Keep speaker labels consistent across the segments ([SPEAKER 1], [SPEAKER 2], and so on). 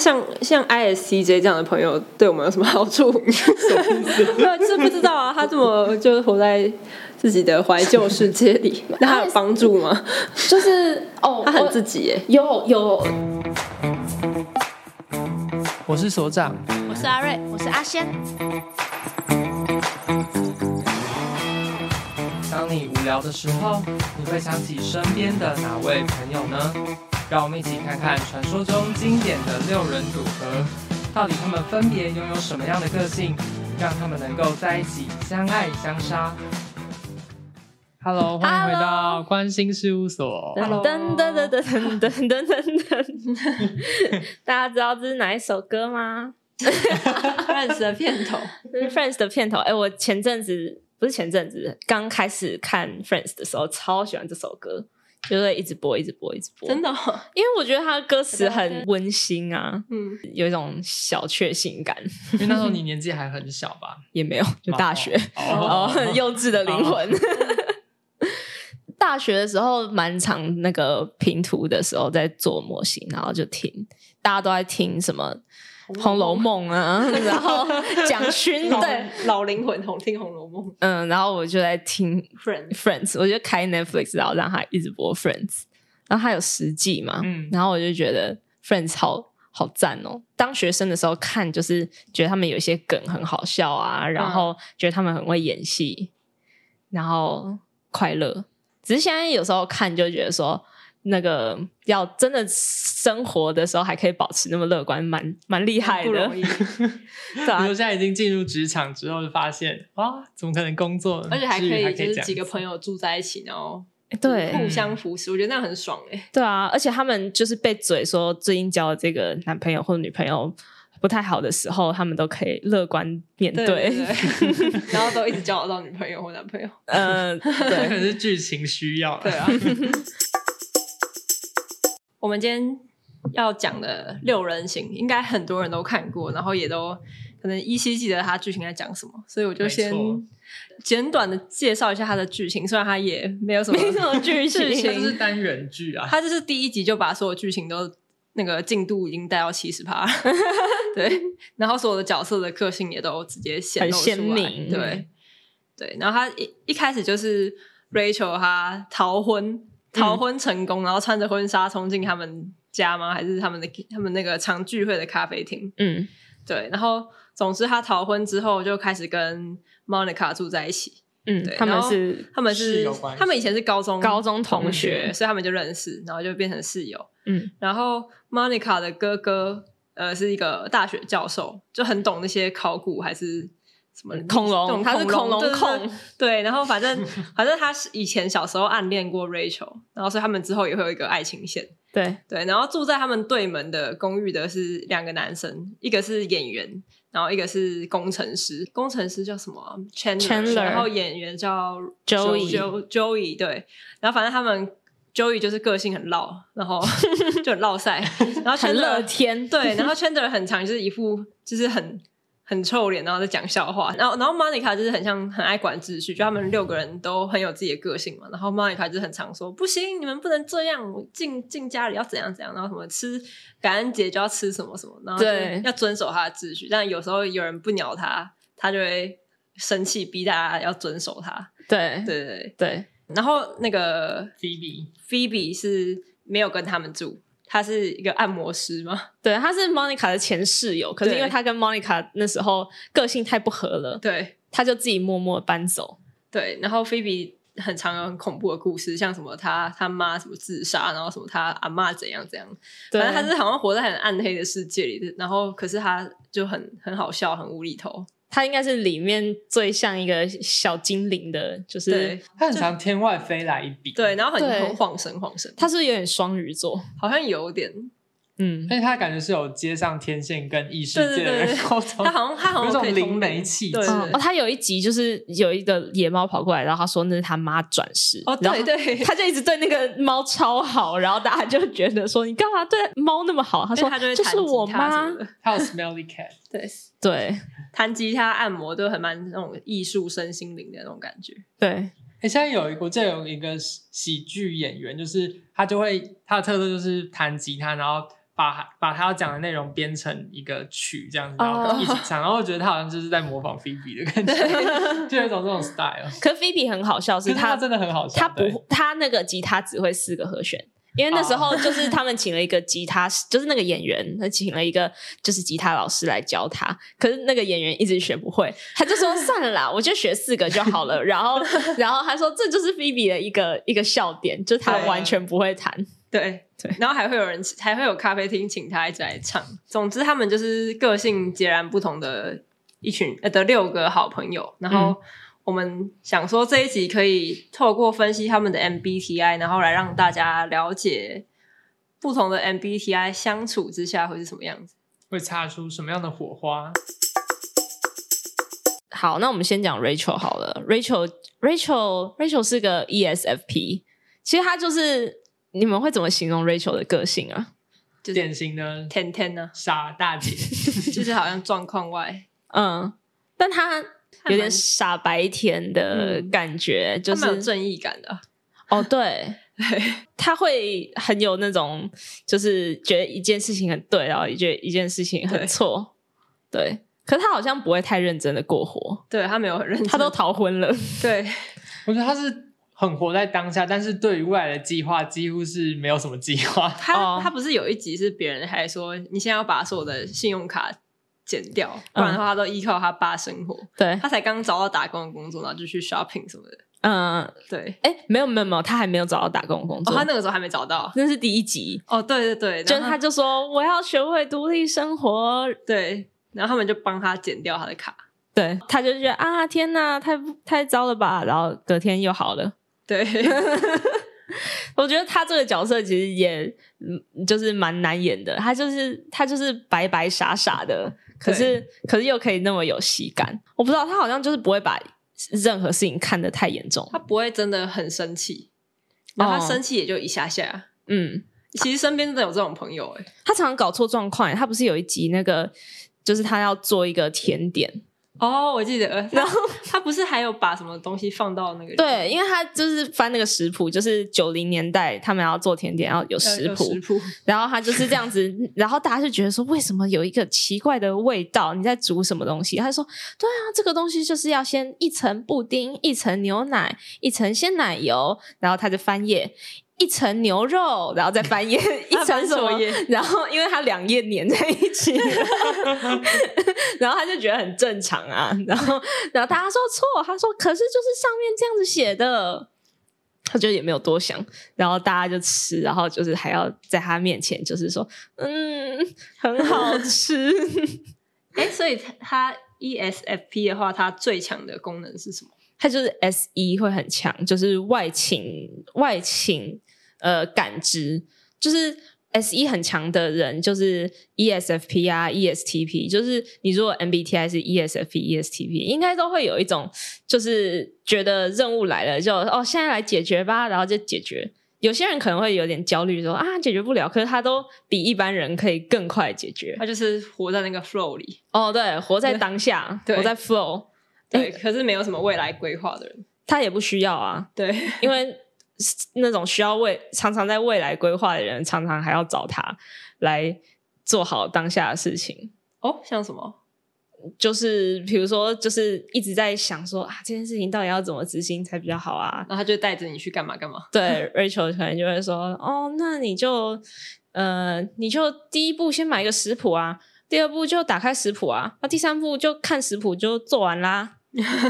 [SPEAKER 1] 像像 ISCJ 这样的朋友对我们有什么好处？没有， 就是不知道啊。他这么就是活在自己的怀旧世界 里，那他有帮助吗？
[SPEAKER 2] 就是哦，
[SPEAKER 1] 他很
[SPEAKER 2] 我
[SPEAKER 1] 自己耶。
[SPEAKER 2] 有有
[SPEAKER 3] 我是所长，
[SPEAKER 4] 我是阿瑞，我是阿仙。
[SPEAKER 3] 当你无聊的时候，你会想起身边的哪位朋友呢？让我们一起看看传说中经典的六人组合，到底他们分别拥有什么样的个性，让他们能够在一起相爱相杀。Hello，欢迎回到关心事务所。
[SPEAKER 4] 噔噔噔噔噔噔噔噔 噔，大家知道这是哪一首歌吗？
[SPEAKER 1] Friends 的片头，
[SPEAKER 4] 这是 Friends 的片头。哎、我前阵子不是前阵子，刚开始看 Friends 的时候，超喜欢这首歌，就会一直播，一直播，一直播。
[SPEAKER 1] 真，的哦、
[SPEAKER 4] 因为我觉得它的歌词很温馨啊，
[SPEAKER 1] 嗯，
[SPEAKER 4] 有一种小确幸感，
[SPEAKER 3] 因为那时候你年纪还很小吧？
[SPEAKER 4] 也没有，就大学。
[SPEAKER 3] 哦
[SPEAKER 4] 哦，很幼稚的灵魂。 大学的时候蛮常那个拼图的时候在做模型，然后就听大家都在听什么《红楼梦》啊，然后 蒋勋对，
[SPEAKER 1] 老灵魂同听《红楼梦
[SPEAKER 4] 嗯，然后我就在听
[SPEAKER 1] Friends
[SPEAKER 4] Friends，我就开 Netflix，然后让他一直播 Friends，然后他有十季嘛，
[SPEAKER 3] 嗯
[SPEAKER 4] 然后我就觉得 Friends 好好赞哦。当学生的时候看，就是觉得他们有一些梗很好笑啊，
[SPEAKER 1] 嗯
[SPEAKER 4] 然后觉得他们很会演戏，然后快乐。只是现在有时候看就觉得说，那个要真的生活的时候还可以保持那么乐观，蛮蛮厉》害
[SPEAKER 1] 不
[SPEAKER 4] 的
[SPEAKER 1] 容易，，
[SPEAKER 4] 对
[SPEAKER 3] 比
[SPEAKER 4] 啊
[SPEAKER 3] 如现在已经进入职场之后，就发现哇，怎么可能工作？
[SPEAKER 1] 而且还可
[SPEAKER 3] 之余
[SPEAKER 1] 以就是几个
[SPEAKER 3] 友，
[SPEAKER 1] 朋友住在一起，然后
[SPEAKER 4] 对，
[SPEAKER 1] 互相扶持，我觉得那样很爽哎、
[SPEAKER 4] 对啊，而且他们就是被嘴说最近交的这个男朋友或女朋友不太好的时候，他们都可以乐观面对。
[SPEAKER 1] 对对，对 然后都一直交得到女朋友或男朋友，
[SPEAKER 4] 呃，
[SPEAKER 3] 这可
[SPEAKER 4] 对，
[SPEAKER 3] 能是剧情需要啦。
[SPEAKER 1] 对啊。 我们今天要讲的《六人行》，应该很多人都看过，然后也都可能依稀记得它剧情在讲什么，所以我就
[SPEAKER 3] 没
[SPEAKER 1] 先
[SPEAKER 3] 错
[SPEAKER 1] 简短的介绍一下它的剧情，虽然它也没有什么
[SPEAKER 4] 没什么剧
[SPEAKER 1] 剧
[SPEAKER 3] 它
[SPEAKER 1] 情
[SPEAKER 3] 就
[SPEAKER 4] 情。
[SPEAKER 3] 是单人剧啊，
[SPEAKER 1] 他就是第一集就把所有剧情都那个进度已经带到七十 趴，对，然后所有的角色的个性也都直接显露出来
[SPEAKER 4] 很鲜明
[SPEAKER 1] 对对。然后他一一开始就是 Rachel 她逃婚，
[SPEAKER 4] 嗯
[SPEAKER 1] 逃婚成功，然后穿着婚纱冲进他们家吗？还是他们的他们那个常聚会的咖啡厅？
[SPEAKER 4] 嗯，
[SPEAKER 1] 对，然后总之她逃婚之后就开始跟 Monica 住在一起，
[SPEAKER 4] 嗯
[SPEAKER 1] 对，
[SPEAKER 4] 他们
[SPEAKER 1] 然后
[SPEAKER 4] 是
[SPEAKER 1] 他们
[SPEAKER 3] 室
[SPEAKER 1] 是
[SPEAKER 3] 友关系
[SPEAKER 1] 他们以前是高中
[SPEAKER 4] 高中同
[SPEAKER 1] 同
[SPEAKER 4] 学
[SPEAKER 1] 所以他们就认识，然后就变成室友。
[SPEAKER 4] 嗯，
[SPEAKER 1] 然后 Monica 的哥哥，呃，是一个大学教授，就很懂那些考古还是什么嗯
[SPEAKER 4] 恐
[SPEAKER 1] 这种
[SPEAKER 4] 龙，他是恐龙
[SPEAKER 1] 对对对
[SPEAKER 4] 控，
[SPEAKER 1] 对，然后反 正反正他是以前小时候暗恋过 Rachel，然后所以他们之后也会有一个爱情线。
[SPEAKER 4] 对，
[SPEAKER 1] 对，然后住在他们对门的公寓的是两个男生，一个是演员，然后一个是工程师。工程师叫什么啊
[SPEAKER 4] Chandler
[SPEAKER 1] 然后演员叫
[SPEAKER 4] Joey
[SPEAKER 1] Jo- Joey 对，然后反正他们 Joey 就是个性很闹，然后 就很闹晒，然后 Chandler
[SPEAKER 4] 很乐天，
[SPEAKER 1] 对，然后 Chandler 很长就是一副就是很很臭脸，然后在讲笑话。然后然后 Monica 就是很像很爱管秩序，就他们六个人都很有自己的个性嘛。然后 Monica 就是很常说不行，你们不能这样，我进进家里要怎样怎样，然后什么吃感恩节就要吃什么什么，然后就是
[SPEAKER 4] 对
[SPEAKER 1] 要遵守他的秩序。但有时候有人不鸟他，他就会生气，逼大家要遵守他。
[SPEAKER 4] 对
[SPEAKER 1] 对对对。
[SPEAKER 4] 对，
[SPEAKER 1] 然后那个
[SPEAKER 3] Phoebe
[SPEAKER 1] Phoebe 是没有跟他们住，他是一个按摩师嘛。
[SPEAKER 4] 对，他是 Monica 的前室友，可是
[SPEAKER 1] 对
[SPEAKER 4] 因为他跟 Monica 那时候个性太不合了，
[SPEAKER 1] 对，
[SPEAKER 4] 他就自己默默搬走。
[SPEAKER 1] 对，然后菲比很常有很恐怖的故事，像什么他他妈什么自杀，然后什么他阿嬷怎样怎样，
[SPEAKER 4] 对
[SPEAKER 1] 反正他是好像活在很暗黑的世界里，然后可是他就很很好笑，很无厘头，
[SPEAKER 4] 他应该是里面最像一个小精灵的，就是
[SPEAKER 1] 对
[SPEAKER 3] 他很常天外飞来一笔，
[SPEAKER 1] 对，，然后很
[SPEAKER 4] 对
[SPEAKER 1] 很晃神晃神，
[SPEAKER 4] 他是不是有点双鱼座？
[SPEAKER 1] 好像有点，
[SPEAKER 4] 嗯，
[SPEAKER 3] 而且他感觉是有接上天线跟异世界
[SPEAKER 1] 对
[SPEAKER 3] 的
[SPEAKER 1] 对对
[SPEAKER 3] 人
[SPEAKER 1] 对
[SPEAKER 3] 沟
[SPEAKER 4] 哦
[SPEAKER 3] 通，
[SPEAKER 1] 他好像他好
[SPEAKER 3] 有一
[SPEAKER 1] 像可以
[SPEAKER 3] 种灵
[SPEAKER 1] 通灵
[SPEAKER 3] 媒气质
[SPEAKER 1] 对。
[SPEAKER 4] 嗯哦，他有一集就是有一个野猫跑过来，然后他说那是他妈转世。
[SPEAKER 1] 哦，
[SPEAKER 4] 然
[SPEAKER 1] 对
[SPEAKER 4] 后
[SPEAKER 1] 对，
[SPEAKER 4] 他就一直对那个猫超好，然后大家就觉得说你干嘛对啊猫那么好？他
[SPEAKER 1] 他
[SPEAKER 4] 说
[SPEAKER 1] 他就会
[SPEAKER 4] 这
[SPEAKER 1] 弹
[SPEAKER 4] 是我
[SPEAKER 1] 吉他什
[SPEAKER 4] 妈
[SPEAKER 1] 么，的，
[SPEAKER 3] 他有 Smelly Cat，
[SPEAKER 1] 对，
[SPEAKER 4] 对
[SPEAKER 1] 弹吉他、按摩都很蛮那种艺术身心灵的那种感觉。
[SPEAKER 4] 对，
[SPEAKER 3] 哎、现在有一个，我记得有一个喜喜剧演员，就是他就会他的特色就是弹吉他，然后。把把他要讲的内容编成一个曲这样子，然后
[SPEAKER 4] 哦
[SPEAKER 3] 一起唱，然后我觉得他好像就是在模仿 Phoebe 的感觉， 就有一种这 种 style。
[SPEAKER 4] 可菲比很好笑，
[SPEAKER 3] 可
[SPEAKER 4] 是
[SPEAKER 3] 是他
[SPEAKER 4] 他
[SPEAKER 3] 真的很好笑，
[SPEAKER 4] 他
[SPEAKER 3] 对
[SPEAKER 4] 不他那个吉他只会四个和弦。因为那时候就是他们请了一个吉他， 就是那个演员，他请了一个就是吉他老师来教他。可是那个演员一直学不会，他就说算了啦， 我就学四个就好 了。然后，然后他说这就是菲比的一个一个笑点，就是他
[SPEAKER 1] 对
[SPEAKER 4] 完全不会弹。
[SPEAKER 1] 对
[SPEAKER 4] 对，
[SPEAKER 1] 然后还会有人，还会有咖啡厅请他一起来唱。总之，他们就是个性截然不同的一群呃的六个好朋友。然
[SPEAKER 4] 嗯
[SPEAKER 1] 后我们想说这一集可以透过分析他们的 MBTI，然后来让大家了解不同的 MBTI 相处之下会是什么样子。
[SPEAKER 3] 会擦出什么样的火花？
[SPEAKER 4] 好，那我们先讲 Rachel 好了。Rachel，Rachel，Rachel 是个 E ESFP，其实他就是你们会怎么形容 Rachel 的个性啊？
[SPEAKER 1] 就是
[SPEAKER 3] 典 型的
[SPEAKER 1] 天天呢，
[SPEAKER 3] 傻大姐，
[SPEAKER 1] 就是好像状况外，
[SPEAKER 4] 嗯，但他
[SPEAKER 1] 还
[SPEAKER 4] 有
[SPEAKER 1] 蛮
[SPEAKER 4] 点傻白甜的
[SPEAKER 1] 嗯
[SPEAKER 4] 感觉，就
[SPEAKER 1] 他蛮有
[SPEAKER 4] 是
[SPEAKER 1] 正义感的啊。
[SPEAKER 4] 哦，对，
[SPEAKER 1] 对，
[SPEAKER 4] 他会很有那种，就是觉得一件事情很对，然后也觉得一件事情很
[SPEAKER 1] 对
[SPEAKER 4] 错，对。可是他好像不会太认真的过活，
[SPEAKER 1] 对他没有很认真，
[SPEAKER 4] 他都逃婚 了，
[SPEAKER 1] 对
[SPEAKER 3] 我觉得他是很活在当下，但是对于未来的计划几乎是没有什么计划。
[SPEAKER 1] 他、
[SPEAKER 4] 哦
[SPEAKER 1] 他不是有一集是别人还说你现在要把所有的信用卡减掉，不
[SPEAKER 4] 嗯
[SPEAKER 1] 然的话他都依靠他爸生活。
[SPEAKER 4] 对，
[SPEAKER 1] 他才刚找到打工的工作，然后就去 shopping 什么的。
[SPEAKER 4] 嗯，
[SPEAKER 1] 对，
[SPEAKER 4] 哎、没有没有没有，他还没有找到打工工
[SPEAKER 1] 哦，
[SPEAKER 4] 作，
[SPEAKER 1] 他那个时候还没找到。
[SPEAKER 4] 那是第一集，
[SPEAKER 1] 哦，对对对，
[SPEAKER 4] 就
[SPEAKER 1] 然后
[SPEAKER 4] 他就说我要学会独立生活，
[SPEAKER 1] 对，然后他们就帮他减掉他的卡。
[SPEAKER 4] 对，他就觉得啊天哪，太不太糟了吧，然后隔天又好了。
[SPEAKER 1] 对，
[SPEAKER 4] 我觉得他这个角色其实也嗯，就是蛮难演的，他就是他就是白白傻傻的，可是可是又可以那么有喜感。我不知道他好像就是不会把任何事情看得太严重
[SPEAKER 1] 他，不会真的很生气，然后他
[SPEAKER 4] 哦
[SPEAKER 1] 生气也就一下下。
[SPEAKER 4] 嗯。
[SPEAKER 1] 其实身边真的有这种朋友、欸，哎，
[SPEAKER 4] 他常常搞错状况欸，他不是有一集那个，就是他要做一个甜点，
[SPEAKER 1] 哦，我记得，然后他不是还有把什么东西放到那个里面
[SPEAKER 4] 对，因为他就是翻那个食谱，就是九零年代他们要做甜点要有
[SPEAKER 1] 呃
[SPEAKER 4] 食
[SPEAKER 1] 有
[SPEAKER 4] 谱，
[SPEAKER 1] 食谱，
[SPEAKER 4] 然后他就是这样子， 然后大家就觉得说，为什么有一个奇怪的味道？你在煮什么东西？他就说，对啊，这个东西就是要先一层布丁，一层牛奶，一层鲜奶油，然后他就翻页。一层牛肉，然后再翻页 一
[SPEAKER 1] 他
[SPEAKER 4] 层
[SPEAKER 1] 翻
[SPEAKER 4] 什么
[SPEAKER 1] 什么页？
[SPEAKER 4] 然后因为它两页粘在一起，然后他就觉得很正常啊。然后，然后大家说错，他说可是就是上面这样子写的，他就也没有多想。然后大家就吃，然后就是还要在他面前就是说，嗯，很好吃。
[SPEAKER 1] 哎、所以 E 他他 ESFP 的话，它最强的功能是什么？
[SPEAKER 4] 他就是 S 一会很强，就是外倾外倾呃感知，就是 S 一很强的人就是 ESFP 啊 ESTP，就是你如果 MBTI 是 E ESFP ESTP，应该都会有一种就是觉得任务来了就哦现在来解决吧，然后就解决。有些人可能会有点焦虑，说啊解决不了，可是他都比一般人可以更快解决。
[SPEAKER 1] 他就是活在那个 flow 里，
[SPEAKER 4] 哦，对，活在当下，
[SPEAKER 1] 对
[SPEAKER 4] 活在 flow，
[SPEAKER 1] 对，
[SPEAKER 4] 哎
[SPEAKER 1] 可是没有什么未来规划的人，
[SPEAKER 4] 他也不需要啊，
[SPEAKER 1] 对，
[SPEAKER 4] 因为那种需要未常常在未来规划的人，常常还要找他来做好当下的事情。
[SPEAKER 1] 哦，像什么？
[SPEAKER 4] 就是比如说，就是一直在想说啊，这件事情到底要怎么执行才比较好啊？
[SPEAKER 1] 然后他就带着你去干嘛干嘛，
[SPEAKER 4] 对，Rachel 可能就会说，哦，那你就呃，你就第一步先买一个食谱啊，第二步就打开食谱啊，那第三步就看食谱就做完 啦。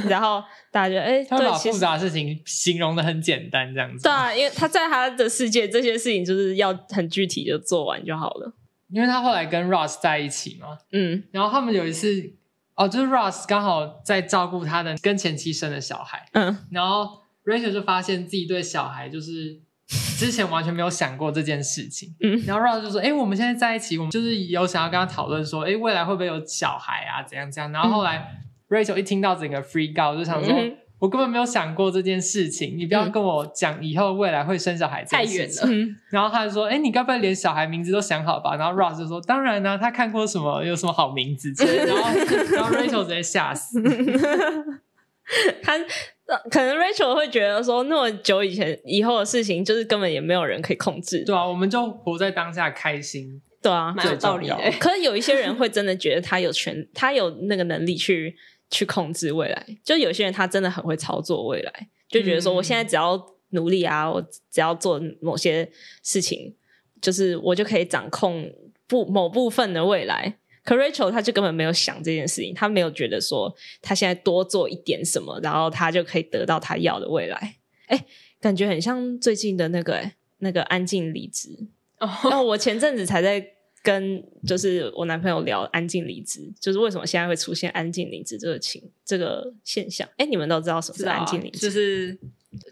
[SPEAKER 4] 然后大家就哎，
[SPEAKER 3] 他会
[SPEAKER 4] 对，
[SPEAKER 3] 把
[SPEAKER 4] 其
[SPEAKER 3] 复
[SPEAKER 4] 实
[SPEAKER 3] 杂的事情形容的很简单，这样子。
[SPEAKER 4] 对啊，因为他在他的世界，这些事情就是要很具体就做完就好了。
[SPEAKER 3] 因为他后来跟 Ross 在一起嘛，
[SPEAKER 4] 嗯，
[SPEAKER 3] 然后他们有一次，哦，就是 Ross 刚好在照顾他的跟前妻生的小孩，
[SPEAKER 4] 嗯，
[SPEAKER 3] 然后 Rachel 就发现自己对小孩就是之前完全没有想过这件事情。
[SPEAKER 4] 嗯
[SPEAKER 3] 然后 Ross 就说：“哎、我们现在在一起，我们就是有想要跟他讨论说，哎、未来会不会有小孩啊？怎样怎样？”然后后来、Rachel 一听到整个 free go 就想说。
[SPEAKER 4] 嗯
[SPEAKER 3] 我根本没有想过这件事情，你不要
[SPEAKER 4] 嗯
[SPEAKER 3] 跟我讲以后未来会生小孩这
[SPEAKER 1] 太
[SPEAKER 3] 件事
[SPEAKER 1] 远
[SPEAKER 3] 情。
[SPEAKER 1] 了。
[SPEAKER 4] 嗯，
[SPEAKER 3] 然后他就说：“哎，你该不会连小孩名字都想好吧？”然后 Ross 就说：“当然啊啦、他看过什么，有什么好名字之类的。”然后，然后 Rachel 直接吓死。
[SPEAKER 4] 他呃可能 Rachel 会觉得说，那么久以前以后的事情，就是根本也没有人可以控制。
[SPEAKER 3] 对啊，我们就活在当下，开心。
[SPEAKER 4] 对啊，
[SPEAKER 1] 蛮有道理的、
[SPEAKER 3] 最重
[SPEAKER 4] 可是有一些人会真的觉得他有权， 他有那个能力去去控制未来。就有些人他真的很会操作未来，就觉得说
[SPEAKER 3] 嗯
[SPEAKER 4] 我现在只要努力啊，我只要做某些事情，就是我就可以掌控部某部分的未来。可 Rachel 他就根本没有想这件事情，他没有觉得说他现在多做一点什么，然后他就可以得到他要的未来。哎，感觉很像最近的那个哎那个安静离职。然
[SPEAKER 1] 哦，
[SPEAKER 4] 后我前阵子才在跟就是我男朋友聊安静离职，就是为什么现在会出现安静离职这个情这个现象。哎，你们都知道什么
[SPEAKER 1] 知
[SPEAKER 4] 是
[SPEAKER 1] 道、
[SPEAKER 4] 安
[SPEAKER 1] 啊
[SPEAKER 4] 静离，职，
[SPEAKER 1] 就是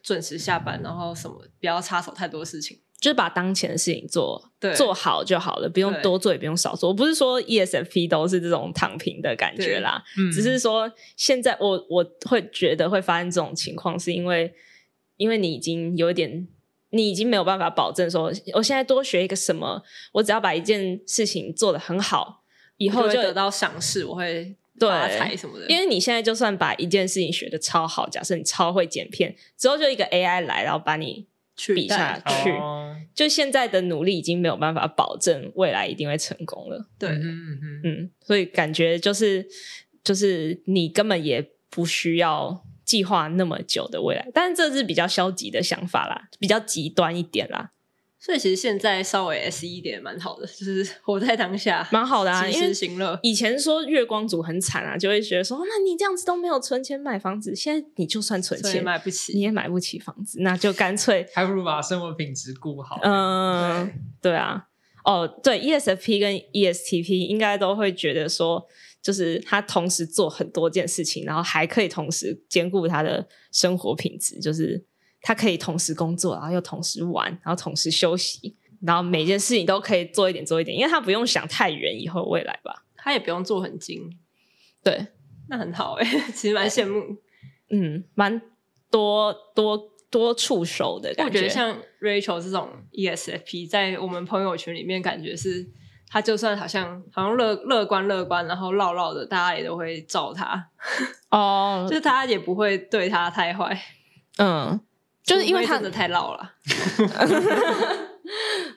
[SPEAKER 1] 准时下班，然后什么不要插手太多事情。
[SPEAKER 4] 就是把当前的事情做
[SPEAKER 1] 对
[SPEAKER 4] 做好就好了，不用
[SPEAKER 1] 对
[SPEAKER 4] 多做也不用少做。我不是说 E ESFP 都是这种躺平的感觉啦，
[SPEAKER 3] 嗯
[SPEAKER 4] 只是说现在我我会觉得会发生这种情况，是因为因为你已经有一点，你已经没有办法保证说，我现在多学一个什么，我只要把一件事情做得很好，以
[SPEAKER 1] 以后
[SPEAKER 4] 后
[SPEAKER 1] 就会得到赏识，我会
[SPEAKER 4] 对
[SPEAKER 1] 发财什么的。
[SPEAKER 4] 因为你现在就算把一件事情学的超好，假设你超会剪片，之后就一个 AI 来，然后把你
[SPEAKER 1] 取
[SPEAKER 4] 比
[SPEAKER 1] 代
[SPEAKER 4] 下去，
[SPEAKER 3] 哦
[SPEAKER 4] 就现在的努力已经没有办法保证未来一定会成功了。
[SPEAKER 1] 对，
[SPEAKER 3] 嗯哼嗯哼
[SPEAKER 4] 嗯，所以感觉就是就是你根本也不需要计划那么久的未来，但是这是比较消极的想法啦，比较极端一点啦，
[SPEAKER 1] 所以其实现在稍微 S E 一点蛮好的，就是活在当下，
[SPEAKER 4] 蛮好的啊，
[SPEAKER 1] 及
[SPEAKER 4] 因
[SPEAKER 1] 时
[SPEAKER 4] 为
[SPEAKER 1] 行乐。
[SPEAKER 4] 以前说月光族很惨啊，就会觉得说，那你这样子都没有存钱买房子，现在你就算存
[SPEAKER 1] 所以
[SPEAKER 4] 钱，
[SPEAKER 1] 买不
[SPEAKER 4] 你
[SPEAKER 1] 起，
[SPEAKER 4] 也买不起房子，那就干脆
[SPEAKER 3] 还不如把生活品质顾好。
[SPEAKER 4] 嗯，对啊，哦，对，ESFP 跟 E ESTP 应该都会觉得说，就是他同时做很多件事情，然后还可以同时兼顾他的生活品质，就是他可以同时工作，然后又同时玩，然后同时休息，然后每件事情都可以做一点做一点，因为他不用想太远以后未来吧。
[SPEAKER 1] 他也不用做很精，
[SPEAKER 4] 对，
[SPEAKER 1] 那很好哎、 其实蛮羡慕。
[SPEAKER 4] 嗯，蛮多多多触手的感
[SPEAKER 1] 我觉得像 Rachel 这种 E ESFP，在我们朋友圈里面，感觉是他就算好像好像乐乐观乐观，然后唠唠的，大家也都会照他，
[SPEAKER 4] 哦
[SPEAKER 1] 就是大家也不会对他太坏，
[SPEAKER 4] 嗯，就是因为他
[SPEAKER 1] 除非真的太唠了。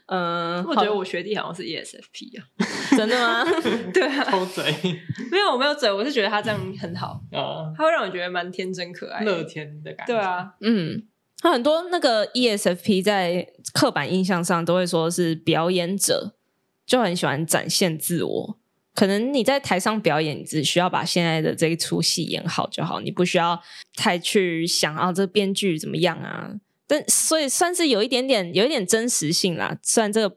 [SPEAKER 4] 嗯，
[SPEAKER 1] 我觉得我学弟好像是 ESFP 啊，
[SPEAKER 4] 好真的吗？
[SPEAKER 1] 对啊，
[SPEAKER 3] 偷嘴
[SPEAKER 1] 没有我没有嘴，我是觉得他这样很好，
[SPEAKER 3] 啊，
[SPEAKER 1] 他会让我觉得蛮天真可爱的。
[SPEAKER 3] 乐天的感觉。
[SPEAKER 1] 对，啊，
[SPEAKER 4] 嗯，那很多那个 E ESFP 在刻板印象上都会说是表演者，就很喜欢展现自我。可能你在台上表演，你只需要把现在的这一出戏演好就好，你不需要太去想啊，这编剧怎么样啊？但所以算是有一点点，有一点真实性啦。虽然这个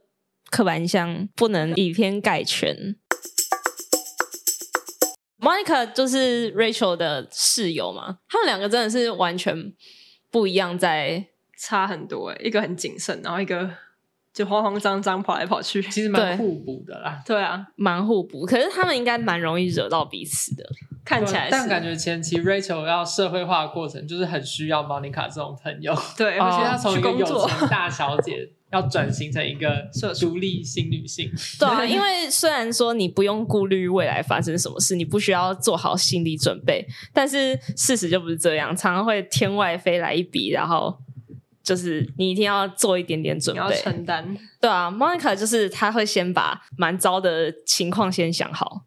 [SPEAKER 4] 刻板印象不能以偏概全。Monica 就是 Rachel 的室友嘛，他们两个真的是完全不一样在。
[SPEAKER 1] 差很多哎、一个很谨慎，然后一个就慌慌张张跑来跑去。
[SPEAKER 3] 其实蛮互补的啦。
[SPEAKER 1] 对啊，
[SPEAKER 4] 蛮互补，可是他们应该蛮容易惹到彼此的。
[SPEAKER 1] 看起
[SPEAKER 4] 啊
[SPEAKER 1] 来
[SPEAKER 3] 但
[SPEAKER 1] 是
[SPEAKER 3] 感觉前期 Rachel 要社会化的过程，就是很需要 Monica 这种朋友，
[SPEAKER 1] 对，我
[SPEAKER 4] 哦
[SPEAKER 3] 而
[SPEAKER 1] 觉
[SPEAKER 3] 且
[SPEAKER 1] 得
[SPEAKER 3] 她
[SPEAKER 1] 他
[SPEAKER 3] 从
[SPEAKER 1] 去
[SPEAKER 3] 一个
[SPEAKER 1] 工
[SPEAKER 3] 有
[SPEAKER 1] 作，
[SPEAKER 3] 钱大小姐，要转型成一 个
[SPEAKER 1] 社畜
[SPEAKER 3] 独立新女性。
[SPEAKER 4] 对啊，因为虽然说你不用顾虑未来发生什么事，你不需要做好心理准备，但是事实就不是这样，常常会天外飞来一笔，然后就是你一定要做一点点准
[SPEAKER 1] 你要
[SPEAKER 4] 备。
[SPEAKER 1] 承担。
[SPEAKER 4] 对啊，Monica 就是她会先把蛮糟的情况先想好，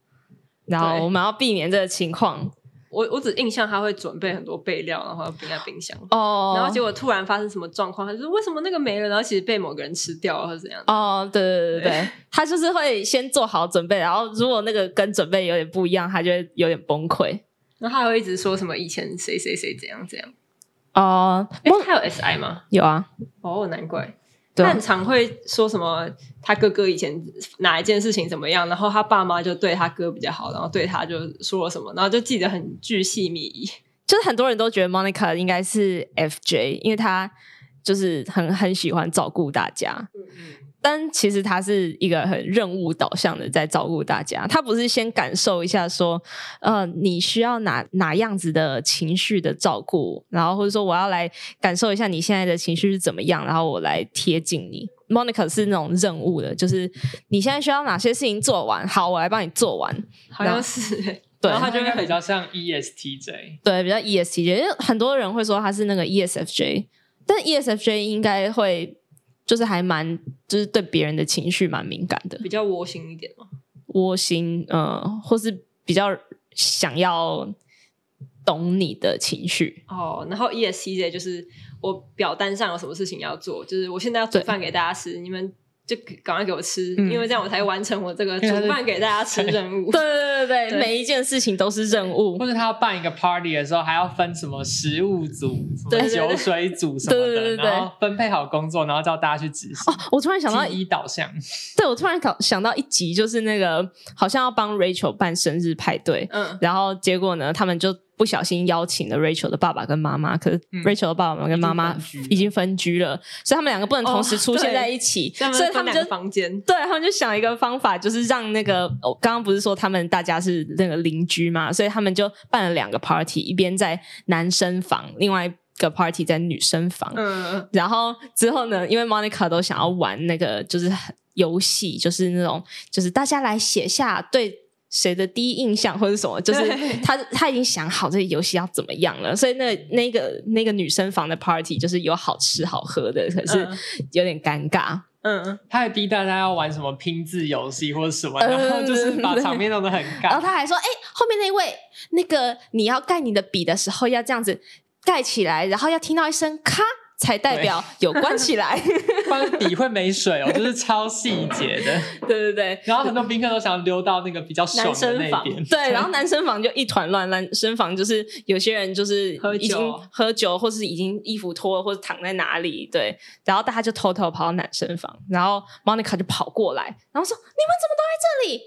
[SPEAKER 4] 然后
[SPEAKER 1] 对
[SPEAKER 4] 我们要避免这个情况
[SPEAKER 1] 我我只印象他会准备很多备料，然后要冰在冰箱。
[SPEAKER 4] 哦
[SPEAKER 1] 然后结果突然发生什么状况，他就说为什么那个没了，然后其实被某个人吃掉了或者怎样。
[SPEAKER 4] 哦，对对对对对， 他就是会先做好准备，然后如果那个跟准备有点不一样，他就会有点崩溃。
[SPEAKER 1] 然后他还会一直说什么以前谁谁谁怎样怎样。
[SPEAKER 4] 哦，
[SPEAKER 1] 哎，他有 SI 吗？
[SPEAKER 4] 有啊，
[SPEAKER 1] 哦，难怪。
[SPEAKER 4] 对
[SPEAKER 1] 他
[SPEAKER 4] 啊
[SPEAKER 1] 很常会说什么他哥哥以前哪一件事情怎么样，然后他爸妈就对他哥比较好，然后对他就说了什么，然后就记得很巨细靡遗。
[SPEAKER 4] 就是很多人都觉得 Monica 应该是 FJ，因为她就是很很喜欢照顾大家。但其实她是一个很任务导向的，在照顾大家。她不是先感受一下说，呃，你需要哪哪样子的情绪的照顾，然后或者说我要来感受一下你现在的情绪是怎么样，然后我来贴近你。Monica 是那种任务的，就是你现在需要哪些事情做完，好，我来帮你做完。
[SPEAKER 1] 好像是、欸，
[SPEAKER 4] 对，
[SPEAKER 1] 然后
[SPEAKER 3] 她
[SPEAKER 1] 他就
[SPEAKER 3] 就应
[SPEAKER 1] 会
[SPEAKER 3] 该比
[SPEAKER 1] 很
[SPEAKER 3] 较像 E ESTJ，
[SPEAKER 4] 对，比较 ESTJ，因为很多人会说他是那个 ESFJ，但 ESFJ 应该会就是还蛮就是对别人的情绪蛮敏感的，
[SPEAKER 1] 比较窝心一点嘛。
[SPEAKER 4] 窝心，呃，或是比较想要懂你的情绪，
[SPEAKER 1] 哦，然后 ESTJ 就是我表单上有什么事情要做，就是我现在要煮
[SPEAKER 4] 对
[SPEAKER 1] 饭给大家吃，你们就赶快给我吃，
[SPEAKER 4] 嗯
[SPEAKER 1] 因为这样我才完成我这个
[SPEAKER 3] 因为他是
[SPEAKER 1] 煮饭给大家吃任务。
[SPEAKER 4] 对对对
[SPEAKER 1] 对
[SPEAKER 4] 对，每一件事情都是任务
[SPEAKER 3] 或，者他要办一个 party 的时候，还要分什么食物组、什
[SPEAKER 4] 对
[SPEAKER 3] 么
[SPEAKER 4] 对
[SPEAKER 3] 酒
[SPEAKER 4] 对
[SPEAKER 3] 水组什么的，
[SPEAKER 4] 对对对对哦
[SPEAKER 3] 然后分配好工作，然后叫大家去执行。
[SPEAKER 4] 我突然想到
[SPEAKER 3] 第一导向，
[SPEAKER 4] 对我突然想想到一集，就是那个好像要帮 Rachel 办生日派对，
[SPEAKER 1] 嗯，
[SPEAKER 4] 然后结果呢，他们就不小心邀请了 Rachel 的爸爸跟妈妈，可是
[SPEAKER 3] 嗯
[SPEAKER 4] Rachel 的爸爸跟妈妈
[SPEAKER 3] 已经分
[SPEAKER 4] 已经分居
[SPEAKER 3] 居了
[SPEAKER 4] 了，所以他们两个不能同时
[SPEAKER 1] 哦
[SPEAKER 4] 出现
[SPEAKER 1] 对
[SPEAKER 4] 在一起，
[SPEAKER 1] 所以
[SPEAKER 4] 所以他
[SPEAKER 1] 分
[SPEAKER 4] 们
[SPEAKER 1] 两
[SPEAKER 4] 就
[SPEAKER 1] 个房间。
[SPEAKER 4] 对他们就想一个方法，就是让那个我、刚刚不是说他们大家是那个邻居嘛，所以他们就办了两个 party，一边在男生房，另外一个 party 在女生房。
[SPEAKER 1] 嗯，
[SPEAKER 4] 然后之后呢，因为 Monica 都想要玩那个就是游戏，就是那种就是大家来写下对。谁的第一印象或者什么，就是
[SPEAKER 1] 对
[SPEAKER 4] 他他已经想好这个游戏要怎么样了，所以那那个那个女生房的 party 就是有好吃好喝的，可是
[SPEAKER 1] 嗯
[SPEAKER 4] 有点尴尬。
[SPEAKER 1] 嗯，
[SPEAKER 3] 他还逼大家要玩什么拼字游戏或者什么，
[SPEAKER 4] 嗯
[SPEAKER 3] 然后就是把场面弄得很
[SPEAKER 4] 然后
[SPEAKER 3] 尬。
[SPEAKER 4] 他还说：“哎、后面那位，那个你要盖你的笔的时候要这样子盖起来，然后要听到一声咔才代表有关起来。
[SPEAKER 3] 不然笔会没水哦，就是超细节的。”
[SPEAKER 4] 对对对
[SPEAKER 3] 然后很多宾客都想溜到那个比较爽
[SPEAKER 1] 男
[SPEAKER 3] 的
[SPEAKER 1] 生
[SPEAKER 3] 那一
[SPEAKER 1] 房
[SPEAKER 3] 边。
[SPEAKER 4] 对，然后男生房就一团乱，男生房就是有些人就是
[SPEAKER 1] 喝酒
[SPEAKER 4] 已经喝酒，或是已经衣服脱了，或者躺在哪里，对，然后大家就偷偷跑到男生房，然后 Monica 就跑过来，然后说：“你们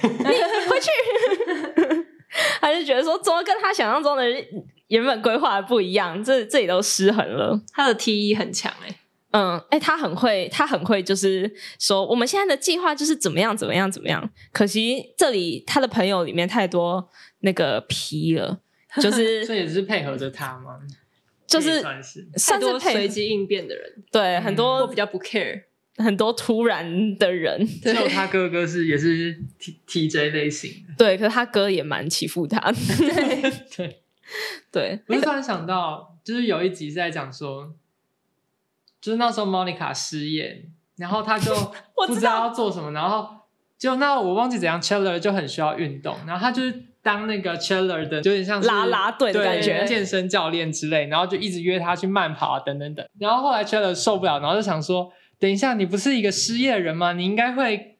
[SPEAKER 4] 怎么都在这里？你回去，你回去。” 他就觉得说，怎么跟他想象中的原本规划的不一样，这这里都失衡了。
[SPEAKER 1] 他的 T E 很强哎，
[SPEAKER 4] 嗯，哎、他很会，他很会，就是说我们现在的计划就是怎么样，怎么样，怎么样。可惜这里他的朋友里面太多那个皮了，就
[SPEAKER 3] 这
[SPEAKER 4] 是
[SPEAKER 3] 也是配合着他吗？
[SPEAKER 4] 就是
[SPEAKER 3] 也算是
[SPEAKER 1] 太
[SPEAKER 4] 算是
[SPEAKER 1] 多随
[SPEAKER 4] 配
[SPEAKER 1] 机应变的人，
[SPEAKER 4] 对
[SPEAKER 3] 嗯
[SPEAKER 4] 很
[SPEAKER 1] 我
[SPEAKER 4] 多
[SPEAKER 1] 比较不 care。
[SPEAKER 4] 很多突然的 人，
[SPEAKER 3] 只有他哥哥是也是 T T J 类型的。
[SPEAKER 4] 对，可是他哥也蛮欺负他，
[SPEAKER 3] 对，
[SPEAKER 4] 对，
[SPEAKER 3] 我就突然想到，就是有一集是在讲说，就是那时候 Monica 失业，然后她就
[SPEAKER 4] 我
[SPEAKER 3] 不
[SPEAKER 4] 知道
[SPEAKER 3] 知道要做什么，然后就那我忘记怎样 Chandler 就很需要运动，然后他就是当那个 Chandler 的，有点像是
[SPEAKER 4] 拉拉队的
[SPEAKER 3] 对
[SPEAKER 4] 感觉
[SPEAKER 3] 健身教练之类，然后就一直约他去慢跑啊，等等等。然后后来 Chandler 受不了，然后就想说，等一下，你不是一个失业的人吗？你应该会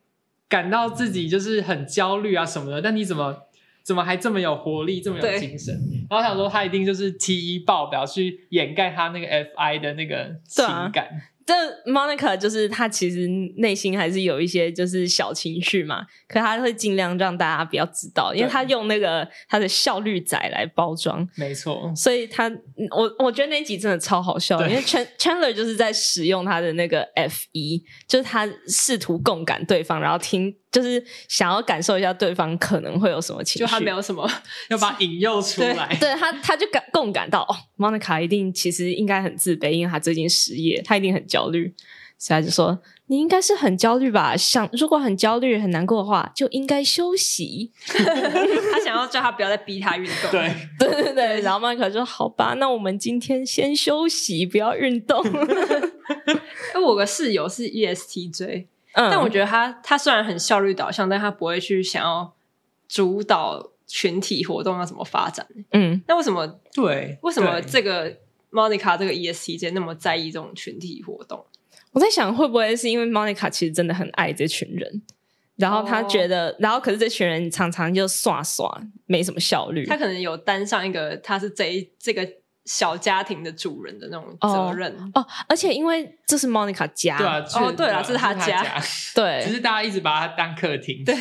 [SPEAKER 3] 感到自己就是很焦虑啊什么的，但你怎么怎么还这么有活力，这么有
[SPEAKER 1] 对
[SPEAKER 3] 精神？然后想说他一定就是 T 一爆表去掩盖他那个 FI 的那个情
[SPEAKER 4] 对啊
[SPEAKER 3] 感，
[SPEAKER 4] 这 Monica 就是她其实内心还是有一些就是小情绪嘛，可她会尽量让大家不要知道，因为
[SPEAKER 3] 对
[SPEAKER 4] 她用那个她的效率仔来包装，
[SPEAKER 3] 没错。
[SPEAKER 4] 所以他，嗯我我觉得那一集真的超好笑，
[SPEAKER 3] 对
[SPEAKER 4] 因为 Chan- Chandler 就是在使用他的那个 F 一，就是他试图共感对方，然后听，就是想要感受一下对方可能会有什么情绪。
[SPEAKER 1] 就他没有什么，
[SPEAKER 3] 要把它引诱出来。
[SPEAKER 4] 对他，他就感共感到哦，Monica 一定其实应该很自卑，因为他最近失业，他一定很焦虑，所以他就说：“你应该是很焦虑吧？想如果很焦虑、很难过的话，就应该 休息。”
[SPEAKER 1] 他想要叫他不要再逼他运动。
[SPEAKER 3] 对，
[SPEAKER 4] 对对对， 然后麦克说：“好吧，那我们今天先休息，不要运动。
[SPEAKER 1] 因为哎我有个室友是 E ESTJ，
[SPEAKER 4] 嗯”
[SPEAKER 1] 但我觉得他他虽然很效率导向，但他不会去想要主导群体活动要怎么发展。
[SPEAKER 4] 嗯，
[SPEAKER 1] 那为什么
[SPEAKER 3] 对，
[SPEAKER 1] 为什么
[SPEAKER 3] 对
[SPEAKER 1] 这个 Monica 这个 E ESTJ 那么在意这种群体活动？
[SPEAKER 4] 我在想会不会是因为 Monica 其实真的很爱这群人，然后她
[SPEAKER 1] 哦
[SPEAKER 4] 觉得，然后可是这群人常常就耍耍，没什么效
[SPEAKER 3] 嗯
[SPEAKER 4] 率。
[SPEAKER 1] 他可能有担上一个他是这一这个小家庭的主人的那种责任。
[SPEAKER 4] 哦，而且因为这是 Monica 家，
[SPEAKER 3] 对啊，
[SPEAKER 1] 哦对啦
[SPEAKER 3] 了，
[SPEAKER 1] 这
[SPEAKER 3] 是
[SPEAKER 1] 是他家
[SPEAKER 3] 家，只
[SPEAKER 4] 对
[SPEAKER 3] 是大家一直把它当客厅。对，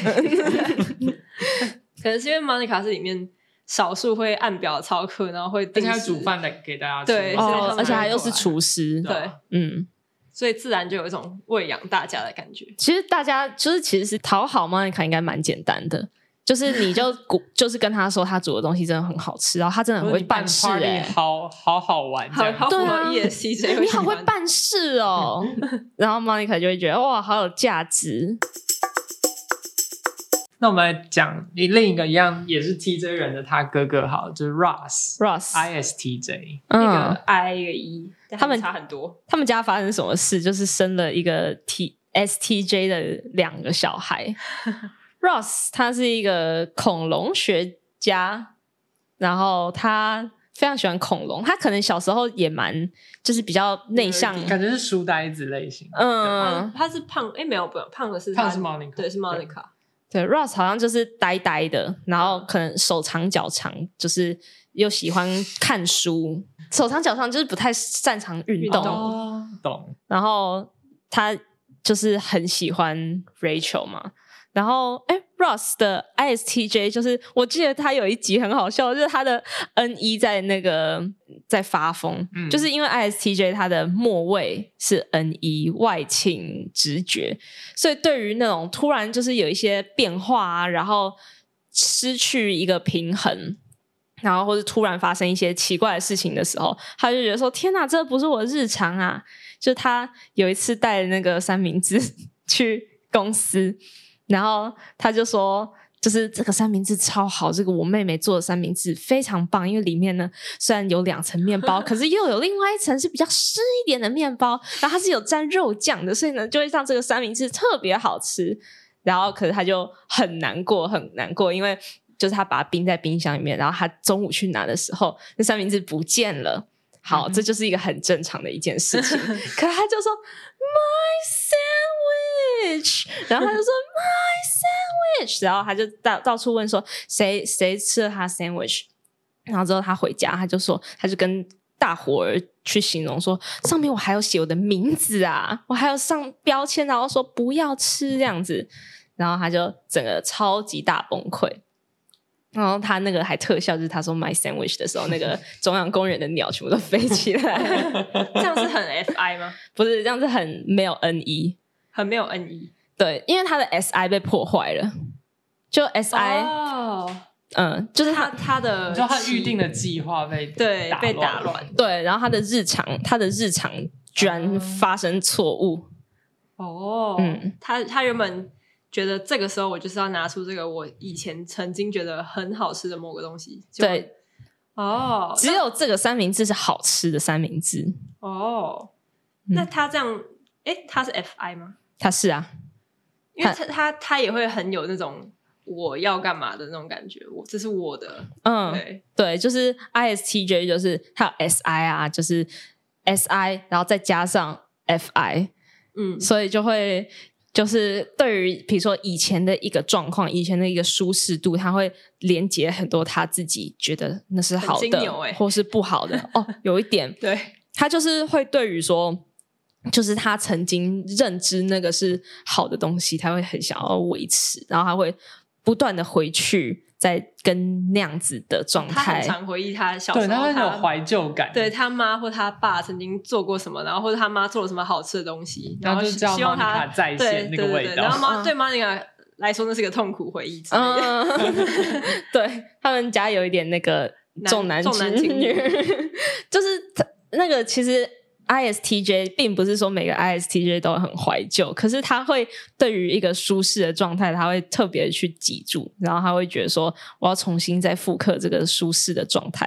[SPEAKER 1] 可能是因为 Monica 是里面少数会按表操课，然后会
[SPEAKER 3] 而
[SPEAKER 1] 定
[SPEAKER 3] 且
[SPEAKER 1] 时
[SPEAKER 3] 还煮，饭来给大家吃。
[SPEAKER 1] 对所以他
[SPEAKER 4] 哦
[SPEAKER 1] 们，
[SPEAKER 4] 而且
[SPEAKER 1] 还
[SPEAKER 4] 她
[SPEAKER 1] 会
[SPEAKER 4] 又是厨师，
[SPEAKER 3] 对啊
[SPEAKER 4] 嗯，
[SPEAKER 1] 所以自然就有一种喂养大家的感觉。
[SPEAKER 4] 其实大家就是其实讨好 Monica 应该蛮简单的。就是你 就鼓，就是跟她说她煮的东西真的很好吃，然后她真的
[SPEAKER 3] 或
[SPEAKER 4] 很
[SPEAKER 3] 者
[SPEAKER 4] 会
[SPEAKER 3] 你
[SPEAKER 4] 办
[SPEAKER 3] 办
[SPEAKER 4] 事
[SPEAKER 3] party
[SPEAKER 4] 哎、
[SPEAKER 3] 好好好玩这
[SPEAKER 1] 好
[SPEAKER 3] 样。
[SPEAKER 1] 欸好 E 符
[SPEAKER 4] 对
[SPEAKER 1] 合
[SPEAKER 4] 啊
[SPEAKER 1] ESTJ，、
[SPEAKER 4] 你好会，办事 哦。然后 Monica 就会觉得哇，好有价值。
[SPEAKER 3] 那我们来讲你另一个一样也是 TJ 人的他哥哥，好了，就是 Ross
[SPEAKER 4] Ross，
[SPEAKER 3] ISTJ。
[SPEAKER 1] 一个
[SPEAKER 4] 嗯，
[SPEAKER 1] I 一个 E，但
[SPEAKER 4] 他们
[SPEAKER 1] 差很多。
[SPEAKER 4] 他们家发生什么事？就是生了一个 T STJ 的两个小孩。Ross 他是一个恐龙学家，然后他非常喜欢恐龙。他可能小时候也蛮就是比较内向，
[SPEAKER 3] 感觉是书呆子类型。
[SPEAKER 1] 嗯
[SPEAKER 4] 嗯，，
[SPEAKER 1] 他是胖，哎，没有，不胖的是
[SPEAKER 3] 胖
[SPEAKER 1] 他
[SPEAKER 3] 是 Monica
[SPEAKER 1] 对，是 Monica。
[SPEAKER 4] 对，Ross 好像就是呆呆的，然后可能手长脚长，就是又喜欢看书，手长脚长就是不太擅长运
[SPEAKER 1] 运
[SPEAKER 4] 动，
[SPEAKER 1] 动
[SPEAKER 3] 哦，懂。
[SPEAKER 4] 然后他就是很喜欢 Rachel 嘛。然后，哎，Ross 的 ISTJ 就是，我记得他有一集很好笑，就是他的 N 一在那个在发疯，
[SPEAKER 3] 嗯
[SPEAKER 4] 就是因为 ISTJ 他的末位是 N 一外倾直觉，所以对于那种突然就是有一些变化啊，然后失去一个平衡，然后或者突然发生一些奇怪的事情的时候，他就觉得说：“天哪，这不是我的日常啊！”就他有一次带那个三明治 去公司，然后他就说。就是这个三明治超好，这个我妹妹做的三明治非常棒，因为里面呢虽然有两层面包，可是又有另外一层是比较湿一点的面包，然后它是有沾肉酱的，所以呢就会让这个三明治特别好吃。然后可是他就很难过，很难过，因为就是他把它冰在冰箱里面，然后他中午去拿的时候，那三明治不见了。好，
[SPEAKER 3] 嗯
[SPEAKER 4] 这就是一个很正常的一件事情。 可他就说 my sandwich，然 后他就说 my sandwich，然后 他就到到处问说谁谁吃了他 sandwich，然后之后他回家，他就说，他就跟大伙儿去形容说，上面我还有写我的名字啊， 我还有上标签，然后说不要吃这样子，然后他就整个超级大崩溃。然后他那个还特效，就是他说 “my sandwich” 的时候，那个中央公园的鸟全部都飞起来，
[SPEAKER 1] 这样是很 FI 吗？
[SPEAKER 4] 不是这样子很没有 N E，
[SPEAKER 1] 很没有 E NE。
[SPEAKER 4] 对，因为他的 S I 被破坏了，就 S I，、
[SPEAKER 1] 哦，
[SPEAKER 4] 嗯，就是他
[SPEAKER 1] 他他的
[SPEAKER 3] 你知道他预定的计划被
[SPEAKER 1] 对被打乱。
[SPEAKER 4] 对，然后他的日常，他的日常居然发生错误，
[SPEAKER 1] 哦，
[SPEAKER 4] 嗯
[SPEAKER 1] 他他原本觉得这个时候我就是要拿出这个我以前曾经觉得很好吃的某个东西。结果，
[SPEAKER 4] 对，
[SPEAKER 1] 哦，
[SPEAKER 4] 只有这个三明治是好吃的三明治。
[SPEAKER 1] 那哦，
[SPEAKER 4] 嗯
[SPEAKER 1] 那他这样，哎，他是 FI 吗？
[SPEAKER 4] 它是啊，
[SPEAKER 1] 因为他他他也会很有那种我要干嘛的那种感觉，我这是我的，
[SPEAKER 4] 嗯，
[SPEAKER 1] 对，
[SPEAKER 4] 对，就是 ISTJ，就是它有 SI 啊，就是 SI，然后再加上 FI，
[SPEAKER 1] 嗯，
[SPEAKER 4] 所以就会就是对于比如说以前的一个状况，以前的一个舒适度，他会连接很多他自己觉得那是好
[SPEAKER 1] 很金
[SPEAKER 4] 的，
[SPEAKER 1] 牛欸
[SPEAKER 4] 或是不好 的。哦，有一点，
[SPEAKER 1] 对，
[SPEAKER 4] 他就是会对于说。就是他曾经认知那个是好的东西，他会很想要维持，然后他会不断的回去，再跟那样子的状
[SPEAKER 1] 他
[SPEAKER 4] 态
[SPEAKER 1] 很。常回忆他小时
[SPEAKER 3] 对
[SPEAKER 1] 候
[SPEAKER 3] 他会有
[SPEAKER 1] 他
[SPEAKER 3] 怀旧感，
[SPEAKER 1] 对，他妈或他爸曾经做过什么，然后或者他妈做了什么好吃的东西，
[SPEAKER 3] 然后
[SPEAKER 1] 后
[SPEAKER 3] 就叫
[SPEAKER 1] 希望他
[SPEAKER 3] Monica 再
[SPEAKER 1] 对
[SPEAKER 3] 现
[SPEAKER 1] 对
[SPEAKER 3] 那个
[SPEAKER 1] 对
[SPEAKER 3] 味
[SPEAKER 1] 对，然后
[SPEAKER 3] 道。
[SPEAKER 1] 妈
[SPEAKER 4] 嗯
[SPEAKER 1] 对 Monica 来说那是个痛苦回忆之类的。
[SPEAKER 4] 嗯， 对他们家有一点那个
[SPEAKER 1] 男
[SPEAKER 4] 重男
[SPEAKER 1] 重男
[SPEAKER 4] 轻
[SPEAKER 1] 轻女
[SPEAKER 4] 就是他那个其实 ISTJ 并不是说每个 ISTJ 都很怀旧，可是他会对于一个舒适的状态，他会特别去记住，然后他会觉得说我要重新再复刻这个舒适的状态，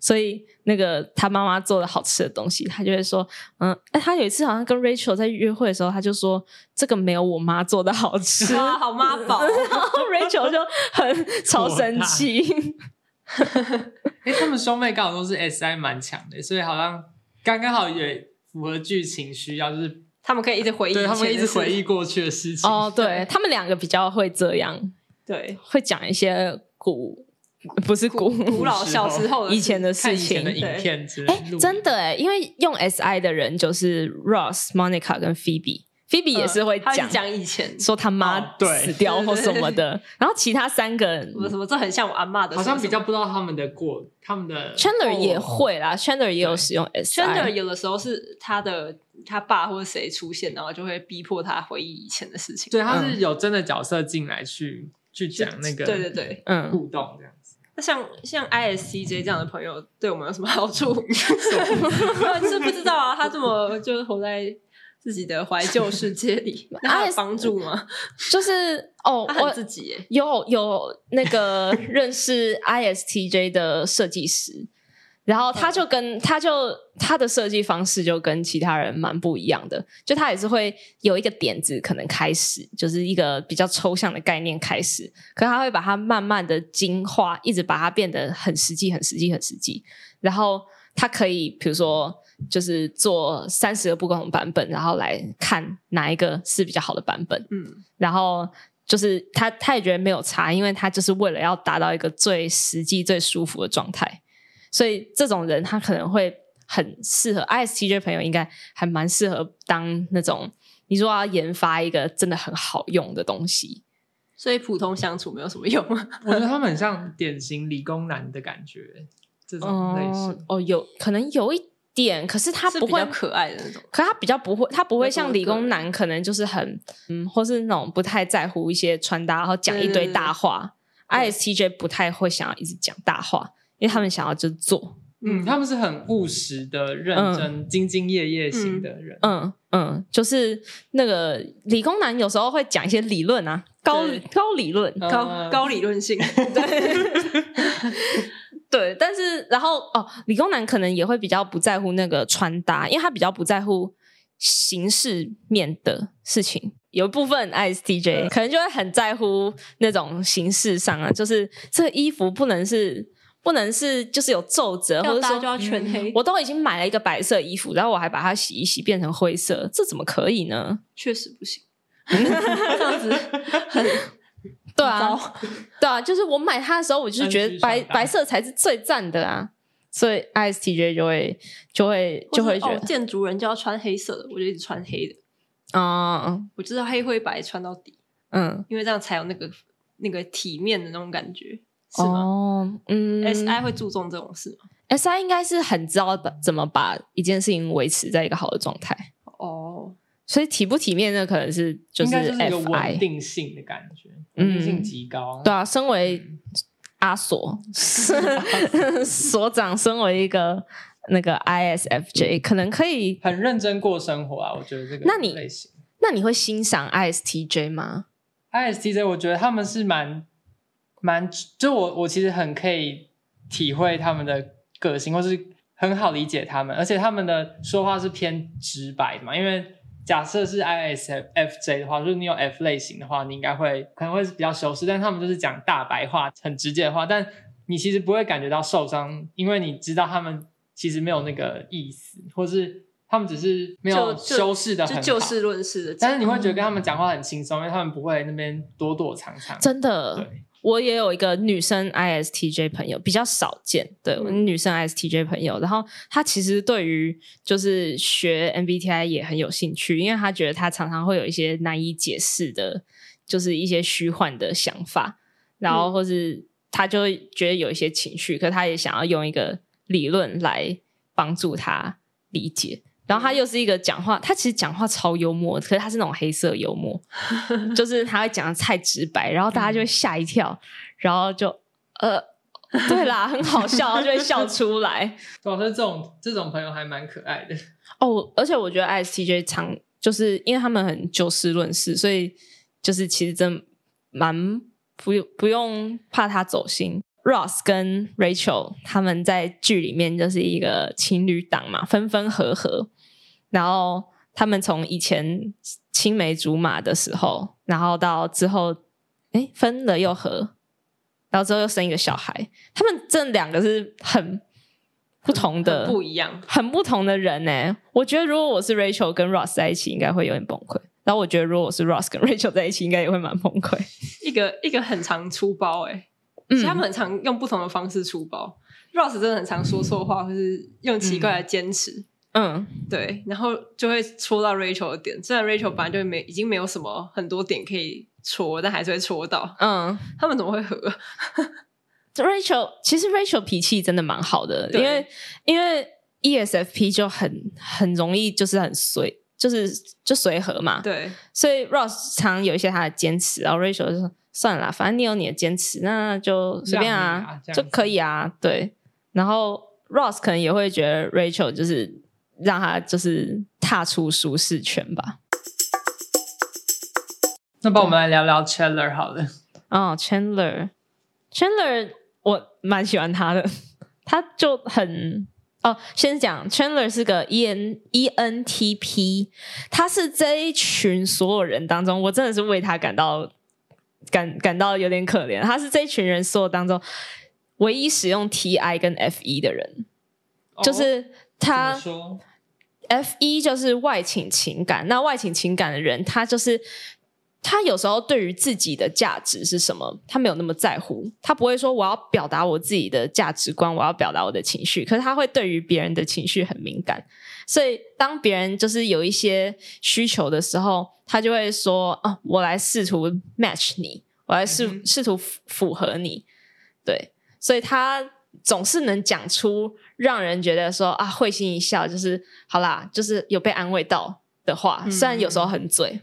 [SPEAKER 4] 所以那个他妈妈做的好吃的东西，他就会说，嗯，哎，他有一次好像跟 Rachel 在约会的时候，他就说这个没有我妈做的好吃，
[SPEAKER 1] 哇，好妈宝！
[SPEAKER 4] 然后 Rachel 就很超生气，
[SPEAKER 3] 哎，他们兄妹刚好都是 SI 蛮强的，所以好像刚刚好也符合剧情需要，就是
[SPEAKER 1] 他们可以一直回忆，
[SPEAKER 3] 对他们一直回忆，过去的事 情。
[SPEAKER 4] 哦，对他们两个比较会这样，
[SPEAKER 1] 对
[SPEAKER 4] 会讲一些古不是古
[SPEAKER 1] 古老
[SPEAKER 3] 时
[SPEAKER 1] 小
[SPEAKER 3] 候
[SPEAKER 1] 时候
[SPEAKER 4] 以前
[SPEAKER 1] 的
[SPEAKER 4] 的
[SPEAKER 3] 看
[SPEAKER 4] 事
[SPEAKER 3] 以前的
[SPEAKER 4] 情。
[SPEAKER 3] 影片之类
[SPEAKER 4] 哎，真的哎，因为用 SI 的人就是 Ross、Monica 跟 Phoebe，Phoebe
[SPEAKER 1] 事
[SPEAKER 4] 也是会
[SPEAKER 1] 嗯他一直
[SPEAKER 4] 讲
[SPEAKER 1] 讲以前，
[SPEAKER 4] 说他
[SPEAKER 3] 哦
[SPEAKER 4] 妈
[SPEAKER 3] 对
[SPEAKER 4] 死掉或什么的，然后其他三个人
[SPEAKER 1] 什么什么，这很像我阿嬷的什
[SPEAKER 3] 好
[SPEAKER 1] 么什么，
[SPEAKER 3] 像比较不知道他们的过，他们的
[SPEAKER 4] Chandler 也会啦，Chandler 也有使用
[SPEAKER 1] Chandler
[SPEAKER 4] SI。
[SPEAKER 1] 有的时候是他的他爸或者谁出现，然后就会逼迫他回忆以前的事情。
[SPEAKER 3] 对，他是有真的角色进来去去讲那个
[SPEAKER 1] 对对对，
[SPEAKER 4] 嗯，
[SPEAKER 3] 互动这样子。
[SPEAKER 1] 那像像 ISTJ 这样的朋友 对我们有什么好处？我是不知道啊，他这么就是活在自己的怀旧世界 里，那他有帮助吗？
[SPEAKER 4] 就是哦，
[SPEAKER 1] 他
[SPEAKER 4] 我
[SPEAKER 1] 很自己耶，
[SPEAKER 4] 有有那个认识 ISTJ 的设计师，然后他就跟他就他的设计方式就跟其他人蛮不一样的，就他也是会有一个点子，可能开始就是一个比较抽象的概念开始，可是他会把它慢慢的精化，一直把它变得很实际、很实际、很实际，然后他可以比如说。就是做三十个不同版本，然后来看哪一个是比较好的版本。
[SPEAKER 1] 嗯，
[SPEAKER 4] 然后就是他他也觉得没有差，因为他就是为了要达到一个最实际、最舒服的状态，所以这种人他可能会很适合 ISTJ 朋友，应该还蛮适合当那种你说要研发一个真的很好用的东西，
[SPEAKER 1] 所以普通相处没有什么用。啊
[SPEAKER 3] 我觉得他们很像典型理工男的感觉，这种类型。
[SPEAKER 4] 哦哦，有可能有一点，可是他
[SPEAKER 1] 是
[SPEAKER 4] 不
[SPEAKER 1] 比
[SPEAKER 4] 会
[SPEAKER 1] 较可爱的那种
[SPEAKER 4] 可他比较不会，他不会
[SPEAKER 1] 没什么
[SPEAKER 4] 像理
[SPEAKER 1] 个
[SPEAKER 4] 工
[SPEAKER 1] 人
[SPEAKER 4] 男，可能就是很嗯，或是那种不太在乎一些穿搭，然后讲
[SPEAKER 1] 对
[SPEAKER 4] 一
[SPEAKER 1] 对
[SPEAKER 4] 堆
[SPEAKER 1] 对
[SPEAKER 4] 大话。
[SPEAKER 1] 对
[SPEAKER 4] ISTJ 不太会想要一直讲大话，因为他们想要就做，
[SPEAKER 3] 嗯，他们是很务实的、认真、兢兢业业型的人。
[SPEAKER 4] 嗯嗯，就是那个理工男有时候会讲一些理论啊，高
[SPEAKER 1] 对
[SPEAKER 4] 高理论，
[SPEAKER 3] 嗯
[SPEAKER 1] 高高理论 性，对，
[SPEAKER 4] 对，但是然后哦，理工男可能也会比较不在乎那个穿搭，因为他比较不在乎形式面的事情。有一部分
[SPEAKER 1] 嗯
[SPEAKER 4] ISTJ 可能就会很在乎那种形式上啊，就是这个衣服不能是不能是就是有皱褶，或
[SPEAKER 1] 要
[SPEAKER 4] 者
[SPEAKER 1] 搭就嗯
[SPEAKER 4] 说
[SPEAKER 1] 要全黑，
[SPEAKER 4] 我都已经买了一个白色衣服，然后我还把它洗一洗变成灰色，这怎么可以呢？
[SPEAKER 1] 确实不 行，这样子很
[SPEAKER 4] 对啊，对啊，就是我买它的时候，我就是觉得白
[SPEAKER 3] 分区上搭
[SPEAKER 4] 白色才是最赞的啊，所以 ISTJ 就会就会就会觉
[SPEAKER 1] 或是
[SPEAKER 4] 得
[SPEAKER 1] 哦，建筑人就要穿黑色的，我就一直穿黑的，
[SPEAKER 4] 嗯
[SPEAKER 1] 我就是要黑灰白穿到底，
[SPEAKER 4] 嗯，
[SPEAKER 1] 因为这样才有那个那个体面的那种感觉，是吗、
[SPEAKER 4] 哦，嗯
[SPEAKER 1] s I 会注重这种事吗？
[SPEAKER 4] S I 应该是很知道怎么把一件事情维持在一个好的状态，
[SPEAKER 1] 哦，
[SPEAKER 4] 所以体不体面那可能是就
[SPEAKER 3] 应
[SPEAKER 4] 是
[SPEAKER 3] 该就是一个
[SPEAKER 4] F
[SPEAKER 3] 稳
[SPEAKER 4] I
[SPEAKER 3] 定性的感觉，
[SPEAKER 4] 嗯
[SPEAKER 3] 稳定性极高。
[SPEAKER 4] 对啊，身为
[SPEAKER 3] 嗯
[SPEAKER 4] 阿索 所长，身为一个那个 I S F J，可能可以，
[SPEAKER 3] 很认真过生活啊，我觉得这个
[SPEAKER 4] 那你
[SPEAKER 3] 类型
[SPEAKER 4] 那你会欣赏 I S T J 吗？
[SPEAKER 3] ISTJ，我觉得他们是蛮蛮，就我我其实很可以体会他们的个性，或是很好理解他们，而且他们的说话是偏直白的嘛，因为。假设是 ISFJ 的话，就是你有 F 类型的话，你应该会可能会是比较修饰，但他们就是讲大白话，很直接的话，但你其实不会感觉到受伤，因为你知道他们其实没有那个意思，或是他们只是没
[SPEAKER 1] 就
[SPEAKER 3] 有
[SPEAKER 1] 就
[SPEAKER 3] 修饰的很
[SPEAKER 1] 就
[SPEAKER 3] 好。
[SPEAKER 1] 就事论事的讲，
[SPEAKER 3] 但是你会觉得跟他们讲话很轻松，因为他们不会那边躲躲藏藏。
[SPEAKER 4] 真的，
[SPEAKER 3] 对，
[SPEAKER 4] 我也有一个女生 ISTJ 朋友，比较少见。对，我
[SPEAKER 1] 嗯
[SPEAKER 4] 女生 ISTJ 朋友，然后她其实对于就是学 MBTI 也很有兴趣，因为她觉得她常常会有一些难以解释的，就是一些虚幻的想法，然后
[SPEAKER 1] 嗯
[SPEAKER 4] 或是她就会觉得有一些情绪，可她也想要用一个理论来帮助她理解。然后她又是一个讲话，她其实讲话超幽默，可是她是那种黑色幽默，就是他会讲的太直白，然后大家就会吓一跳，然后就呃，对啦，很好笑，然后就会笑出来。
[SPEAKER 3] 我觉得这种这种朋友还蛮可爱的。
[SPEAKER 4] 哦，而且我觉得 ISTJ 常就是因为他们很就事论事，所以就是其实真蛮不用不用怕他走心。Ross 跟 Rachel 他们在剧里面就是一个情侣档嘛，分分合合，然后他们从以前青梅竹马的时候，然后到之后，哎，分了又合，然后之后又生一个小孩，他们这两个是很不同的，
[SPEAKER 1] 不一样，
[SPEAKER 4] 很不同的人呢、欸我觉得如果我是 Rachel 跟 Ross 在一起，应该会有点崩溃。然后我觉得如果我是 Ross 跟 Rachel 在一起，应该也会蛮崩溃。
[SPEAKER 1] 一个一个很常出包哎、欸，
[SPEAKER 4] 嗯
[SPEAKER 1] 其实他们很常用不同的方式出包。Ross 真的很常说错话，或是用奇怪的坚持，
[SPEAKER 4] 嗯
[SPEAKER 1] 对，然后就会戳到 Rachel 的点。虽然 Rachel 本来就没已经没有什么很多点可以戳，但还是会戳到。
[SPEAKER 4] 嗯
[SPEAKER 1] 他们怎么会合？
[SPEAKER 4] ，Rachel 其实 Rachel 脾气真的蛮好的，
[SPEAKER 1] 对
[SPEAKER 4] 因为因为 E ESFP 就很很容易就是很随，就是就随和嘛。
[SPEAKER 1] 对，
[SPEAKER 4] 所以 Ross 常有一些他的坚持，然后 Rachel 就说算了啦，反正你有你的坚持，那就随便
[SPEAKER 3] 让你啊
[SPEAKER 4] 啊，
[SPEAKER 3] 这样子
[SPEAKER 4] 就可以啊，对。然后 Ross 可能也会觉得 Rachel 就是让他就是踏出舒适圈吧。
[SPEAKER 3] 那帮我们来聊聊 Chandler 好了。
[SPEAKER 4] 哦，Chandler，Chandler，我蛮喜欢他的，他就很哦，先讲 Chandler 是个 E N E N T P，他是这一群所有人当中，我真的是为他感到感感到有点可怜，他是这一群人所有当中唯一使用 T I 跟 F E 的人，就是他。
[SPEAKER 3] 哦怎么说
[SPEAKER 4] F 一就是外倾情感，那外倾情感的人，他就是他有时候对于自己的价值是什么，他没有那么在乎，他不会说我要表达我自己的价值观，我要表达我的情绪，可是他会对于别人的情绪很敏感，所以当别人就是有一些需求的时候，他就会说啊，我来试图 match 你，我来试、
[SPEAKER 3] 嗯哼
[SPEAKER 4] 试图符符合你，对，所以他总是能讲出让人觉得说啊会心一笑，就是好啦，就是有被安慰到的话，
[SPEAKER 1] 嗯
[SPEAKER 4] 虽然有时候很嘴。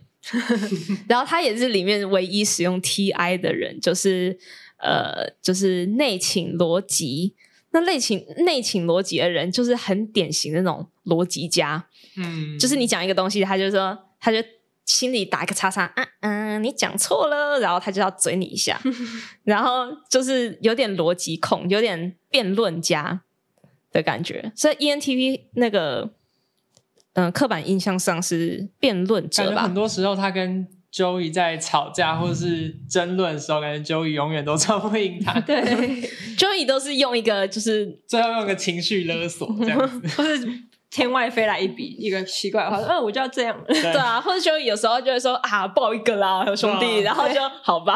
[SPEAKER 4] 然后他也是里面唯一使用 TI 的人，就是呃，就是内倾逻辑。那内倾内倾逻辑的人，就是很典型的那种逻辑家，
[SPEAKER 3] 嗯，
[SPEAKER 4] 就是你讲一个东西，他就说，他就心里打一个叉叉，啊嗯，你讲错了，然后他就要嘴你 一下，然后就是有点逻辑控，有点辩论家的感觉。所以 E ENTP 那个，嗯、刻板印象上是辩论
[SPEAKER 3] 感
[SPEAKER 4] 者
[SPEAKER 3] 觉
[SPEAKER 4] 吧
[SPEAKER 3] 很？多时候他跟 Joey 在吵架或是争论的时候，感觉 Joey 永远都吵不赢 他，
[SPEAKER 1] 对，
[SPEAKER 4] Joey 都是用一个就是
[SPEAKER 3] 最后用个情绪勒索这样子。
[SPEAKER 1] 或是天外飞来一笔一个奇怪的话，嗯、我就要这样了。
[SPEAKER 3] 对
[SPEAKER 4] 对啊，或者 Joey 有时候就会说啊抱一个啦兄弟，
[SPEAKER 3] 对啊
[SPEAKER 4] 然后就好吧。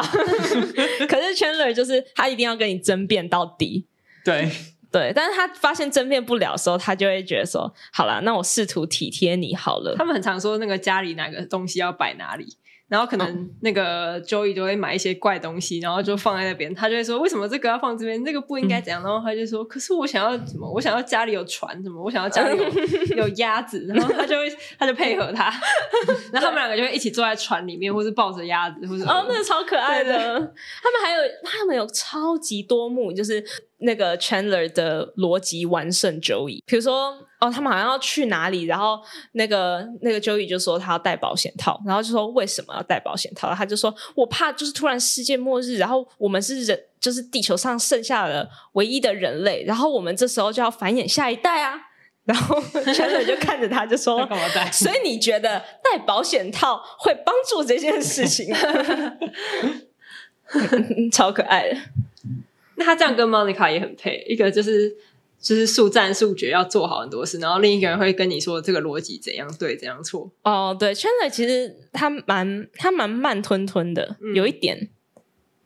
[SPEAKER 4] 可是 Chandler 就是他一定要跟你争辩到底，
[SPEAKER 3] 对，
[SPEAKER 4] 对，但是他发现争辩不了的时候，他就会觉得说好啦，那我试图体贴你好了
[SPEAKER 1] 他。们很常说那个家里哪个东西要摆哪里，然后可
[SPEAKER 4] 哦
[SPEAKER 1] 能那个 Joey 就会买一些怪东西，然后就放在那边，他就会说为什么这个要放这边，那个不
[SPEAKER 4] 嗯
[SPEAKER 1] 应该怎样，然后他就说可是我想要什么，我想要家里有船什么，我想要家里 有有鸭子，然后他就会他就配合他，然后他们两个就会一起坐在船里面，或是抱着鸭子，或者
[SPEAKER 4] 哦，那个超可爱
[SPEAKER 1] 对
[SPEAKER 4] 的。
[SPEAKER 1] 对
[SPEAKER 4] 他们还有他们有超级多幕，就是那个 Chandler 的逻辑完胜 Joey。比如说，哦，他们好像要去哪里，然后那个那个 Joey 就说他要带保险套，然后就说为什么要带保险套？他就说我怕就是突然世界末日，然后我们是人，就是地球上剩下的唯一的人类，然后我们这时候就要繁衍下一代啊。然后 Chandler 就看着他就说
[SPEAKER 3] 他干嘛 带？
[SPEAKER 4] 所以你觉得戴保险套会帮助这件事情？ 超可爱的，
[SPEAKER 1] 那他这样跟 Monica 也很配，一个就是就是速战速决要做好很多事，然后另一个人会跟你说这个逻辑怎样对怎样错，
[SPEAKER 4] 哦，对，Chandler 其实他蛮他蛮慢吞吞的，
[SPEAKER 1] 嗯
[SPEAKER 4] 有一点，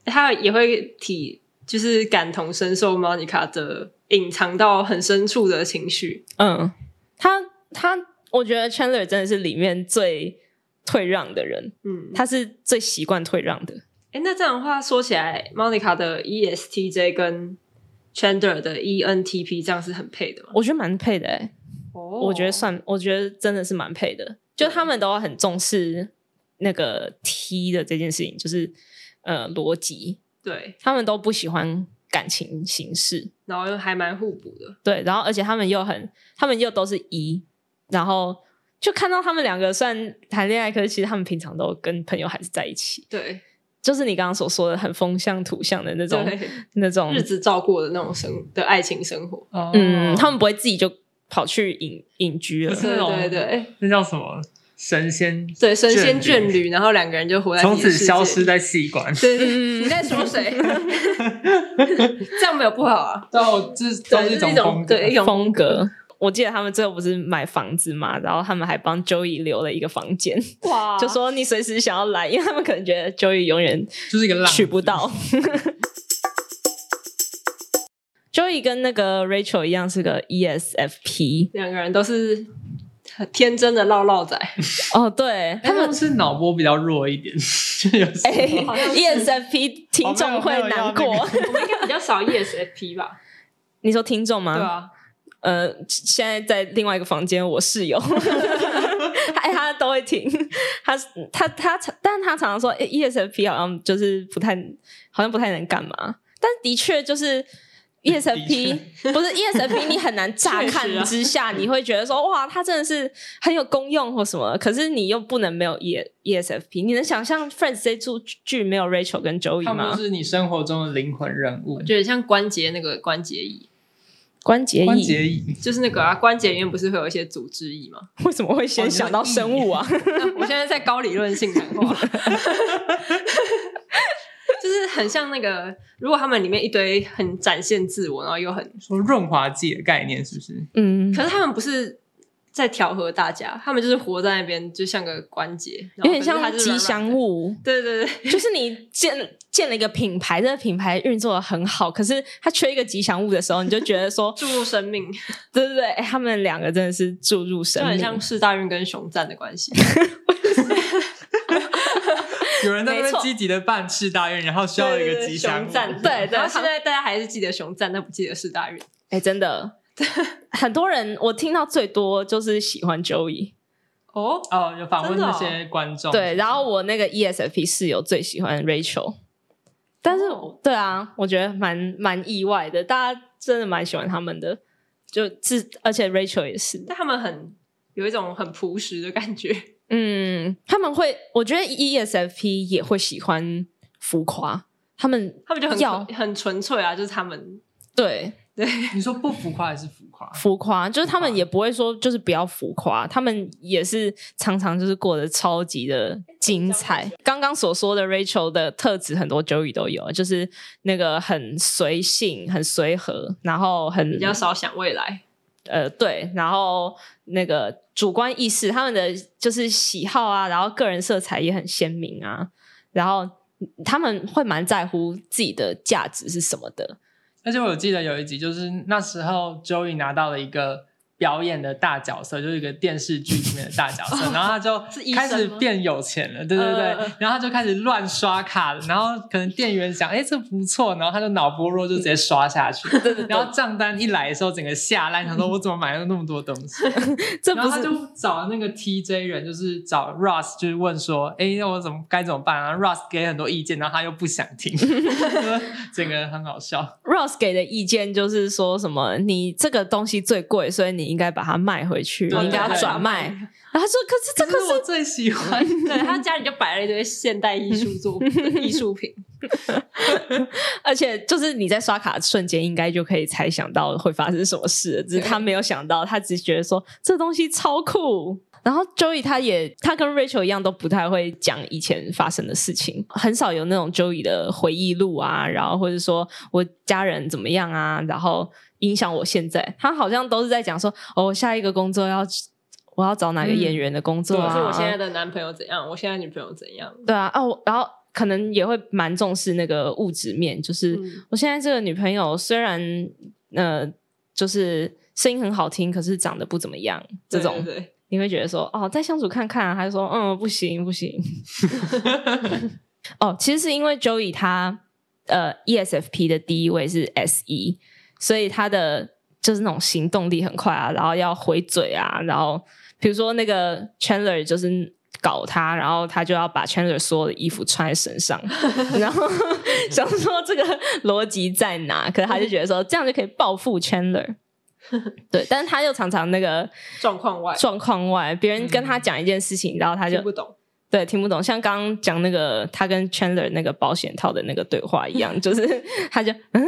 [SPEAKER 1] 他也会体就是感同身受 Monica 的隐藏到很深处的情绪。
[SPEAKER 4] 嗯，他他，我觉得 Chandler 真的是里面最退让的人，
[SPEAKER 1] 嗯，
[SPEAKER 4] 他是最习惯退让的，
[SPEAKER 1] 哎，那这样的话说起来，Monica 的 E ESTJ 跟 Chandler 的 E ENTP 这样是很配的吗？
[SPEAKER 4] 我觉得蛮配的、欸，
[SPEAKER 1] 哦，
[SPEAKER 4] 我觉得算，我觉得真的是蛮配的。就他们都很重视那个 T 的这件事情，就是呃逻辑，
[SPEAKER 1] 对，
[SPEAKER 4] 他们都不喜欢感情形式，
[SPEAKER 1] 然后又还蛮互补的。
[SPEAKER 4] 对，然后而且他们又很，他们又都是一，然后就看到他们两个虽然谈恋爱，可是其实他们平常都跟朋友还是在一起，
[SPEAKER 1] 对
[SPEAKER 4] 就是你刚刚所说的很风象图像的那种
[SPEAKER 1] 对，
[SPEAKER 4] 那种
[SPEAKER 1] 日，子照过的那种生的爱情生活，
[SPEAKER 3] 哦
[SPEAKER 4] 嗯，他们不会自己就跑去隐隐居了
[SPEAKER 3] 不，是
[SPEAKER 1] 对
[SPEAKER 3] 那种
[SPEAKER 1] 对对
[SPEAKER 3] 那叫什么神仙？
[SPEAKER 1] 对，神仙
[SPEAKER 3] 眷
[SPEAKER 1] 眷侣，然后两个人就活在
[SPEAKER 3] 从
[SPEAKER 1] 自己的
[SPEAKER 3] 此
[SPEAKER 1] 世界
[SPEAKER 3] 消失。在戏馆。
[SPEAKER 1] 对，对对
[SPEAKER 4] 嗯
[SPEAKER 1] 你在说 谁？ 这样没有不好啊，
[SPEAKER 3] 对，我这都
[SPEAKER 1] 对，
[SPEAKER 3] 是
[SPEAKER 1] 就
[SPEAKER 3] 一
[SPEAKER 1] 是一
[SPEAKER 3] 种风
[SPEAKER 1] 种
[SPEAKER 3] 格。
[SPEAKER 1] 对一种
[SPEAKER 4] 风格。我记得他们最后不是买房子嘛，然后他们还帮 Joey 留了一个房间，
[SPEAKER 1] 哇，
[SPEAKER 4] 就说你随时想要来，因为他们可能觉得 Joey 永远
[SPEAKER 3] 就是一个浪子
[SPEAKER 4] 娶不。到。Joey 跟那个 Rachel 一样是个 E ESFP
[SPEAKER 1] 两个人都是很天真的唠唠仔，
[SPEAKER 4] 哦，对
[SPEAKER 3] 哎
[SPEAKER 4] 他
[SPEAKER 3] 他
[SPEAKER 4] 们
[SPEAKER 3] 们是脑波比较弱一点， 就有时候
[SPEAKER 4] 哎
[SPEAKER 1] 好像是
[SPEAKER 4] ESFP 听众会难
[SPEAKER 3] 我没有没有要
[SPEAKER 4] 过
[SPEAKER 3] 那。
[SPEAKER 1] 我们应该比较少 E ESFP 吧？
[SPEAKER 4] 你说听众 吗？
[SPEAKER 1] 对啊，
[SPEAKER 4] 呃，现在在另外一个房间，我室 友，哎，他都会听，他他他，但他常常说、哎 ESFP 好像就是不太，好像不太能干嘛，但的确就是，E ESFP 不是 E ESFP，你很难乍
[SPEAKER 1] 确实啊
[SPEAKER 4] 看之下，你会觉得说哇，他真的是很有功用或什么，可是你又不能没有 E ESFP。你能想象 Friends 这出剧没有 Rachel 跟 Joey
[SPEAKER 3] 他们
[SPEAKER 4] 吗
[SPEAKER 3] 就？是你生活中的灵魂人物
[SPEAKER 1] 我。觉得像关节那个关节椅，
[SPEAKER 4] 关节
[SPEAKER 3] 关
[SPEAKER 4] 液
[SPEAKER 3] 节椅，
[SPEAKER 1] 就是那个啊，关节里面不是会有一些组织液 吗？
[SPEAKER 4] 为什么会
[SPEAKER 1] 哦
[SPEAKER 4] 先想到生物啊？
[SPEAKER 1] 我现在在高理论性谈话， 就是很像那个，如果他们里面一堆很展现自我，然后又很，
[SPEAKER 3] 说润滑剂的概念是不是？
[SPEAKER 4] 嗯，
[SPEAKER 1] 可是他们不是在调和大家，他们就是活在那边，就像个关节，然后
[SPEAKER 4] 有点
[SPEAKER 1] 可是
[SPEAKER 4] 像
[SPEAKER 1] 它就是软
[SPEAKER 4] 吉祥
[SPEAKER 1] 软的。
[SPEAKER 4] 物，
[SPEAKER 1] 对对对，
[SPEAKER 4] 就是你建建了一个品牌，这个品牌运作的很好，可是它缺一个吉祥物的时候，你就觉得说，
[SPEAKER 1] 注入生命，
[SPEAKER 4] 对对对，哎他们两个真的是注入
[SPEAKER 1] 就
[SPEAKER 4] 生
[SPEAKER 1] 很
[SPEAKER 4] 命，
[SPEAKER 1] 像四大运跟熊战的关系。
[SPEAKER 3] 有人在那
[SPEAKER 4] 没
[SPEAKER 3] 边
[SPEAKER 4] 错
[SPEAKER 3] 积极的办事大运，然后需要一个吉祥物
[SPEAKER 1] 熊赞，
[SPEAKER 4] 对对
[SPEAKER 1] 然后现在大家还是记得熊赞，但不记得四大运。
[SPEAKER 4] 哎、真的， 很多人我听到最多就是喜欢 Joey，
[SPEAKER 1] 哦，
[SPEAKER 3] 哦，有访问
[SPEAKER 1] 真的
[SPEAKER 3] 那
[SPEAKER 1] 哦
[SPEAKER 3] 些观众，
[SPEAKER 4] 对，然后我那个 ESFP 室友最喜欢 Rachel，但是对啊，我觉得蛮蛮意外的，大家真的蛮喜欢他们的，就是而且 Rachel 也是，
[SPEAKER 1] 但他们很有一种很朴实的感觉。
[SPEAKER 4] 嗯，他们会，我觉得 ESFP 也会喜欢浮夸，他们
[SPEAKER 1] 他们就很
[SPEAKER 4] 要
[SPEAKER 1] 很纯粹啊，就是他们
[SPEAKER 4] 对
[SPEAKER 1] 对，
[SPEAKER 3] 你说不浮夸还是浮夸？
[SPEAKER 4] 浮夸，就是他
[SPEAKER 3] 啊浮
[SPEAKER 4] 们
[SPEAKER 3] 夸
[SPEAKER 4] 也不会说就是不要浮夸，他们也是常常就是过得超级的
[SPEAKER 3] 哎
[SPEAKER 4] 精彩。刚刚所说的 Rachel 的特质，很多 Joey 都有，就是那个很随性、很随和，然后很
[SPEAKER 1] 比较少想未 来。
[SPEAKER 4] 呃对，然后那个主观意识，他们的就是喜好啊，然后个人色彩也很鲜明啊，然后他们会蛮在乎自己的价值是什么的，
[SPEAKER 3] 而且我记得有一集，就是那时候 Joey 拿到了一个表演的大角色，就是一个电视剧里面的大角色，
[SPEAKER 4] 哦
[SPEAKER 3] 然后他就是
[SPEAKER 1] 医生
[SPEAKER 3] 开
[SPEAKER 1] 吗
[SPEAKER 3] 始变有钱了，对对
[SPEAKER 4] 呃
[SPEAKER 3] 对，
[SPEAKER 1] 嗯
[SPEAKER 3] 然后他就开始乱刷卡，然后可能店员想，哎，这不错，然后他就脑波弱，就直接刷下去，
[SPEAKER 4] 对对对
[SPEAKER 3] 然后账单一来的时候，整个吓烂， 想说我怎么买了那么多东西，
[SPEAKER 4] 这
[SPEAKER 3] 然后
[SPEAKER 4] 不
[SPEAKER 3] 他
[SPEAKER 4] 是
[SPEAKER 3] 就找那个 TJ 人，就是找 Russ，就是问说，哎，那我怎么该怎么办啊？Russ 给很多意见，然后他又不想 听， 整个很好笑。
[SPEAKER 4] Rose 给的意见就是说什么，你这个东西最贵，所以你应该把它卖回去，
[SPEAKER 3] 对
[SPEAKER 4] 你应该要
[SPEAKER 3] 对
[SPEAKER 4] 转卖。然后他说，可是这
[SPEAKER 3] 可
[SPEAKER 4] 个
[SPEAKER 3] 是我
[SPEAKER 4] 是
[SPEAKER 3] 最喜欢，
[SPEAKER 1] 对他家里就摆了一堆现代艺术作品、艺术品，
[SPEAKER 4] 而且就是你在刷卡的瞬间，应该就可以猜想到会发生什么事了，只是他没有想到，他只是觉得说这东西超酷。然后 Joey 他也，他跟 Rachel 一样都不太会讲以前发生的事情，很少有那种 Joey 的回忆录啊，然后或者说我家人怎么样啊，然后影响我现在，他好像都是在讲说，哦，我下一个工作要我要找哪个
[SPEAKER 3] 嗯
[SPEAKER 4] 演员的工作
[SPEAKER 3] 对
[SPEAKER 4] 啊，
[SPEAKER 1] 是我现在的男朋友怎样，我现在女朋友怎样。
[SPEAKER 4] 对啊，哦，然后可能也会蛮重视那个物质面，就是、
[SPEAKER 1] 嗯
[SPEAKER 4] 我现在这个女朋友虽然呃，就是声音很好听，可是长得不怎么样，这种
[SPEAKER 1] 对对
[SPEAKER 4] 你会觉得说哦，再相处看看、啊，他就说嗯，不行不行。 哦，其实是因为 Joey 他呃 ESFP 的第一位是 S E，所以他的就是那种行动力很快啊，然后要回嘴啊，然后比如说那个 Chandler 就是。搞他，然后他就要把 Chandler 所有的衣服穿在身上，然后想说这个逻辑在哪？可是他就觉得说这样就可以报复 Chandler，对，但是他又常常那个
[SPEAKER 1] 状况外
[SPEAKER 4] 状况外，别人跟他讲一件事情，然后他就
[SPEAKER 1] 听不懂，
[SPEAKER 4] 对听不懂，像刚刚讲那个他跟 Chandler 那个保险套的那个对话 一样，就是他就嗯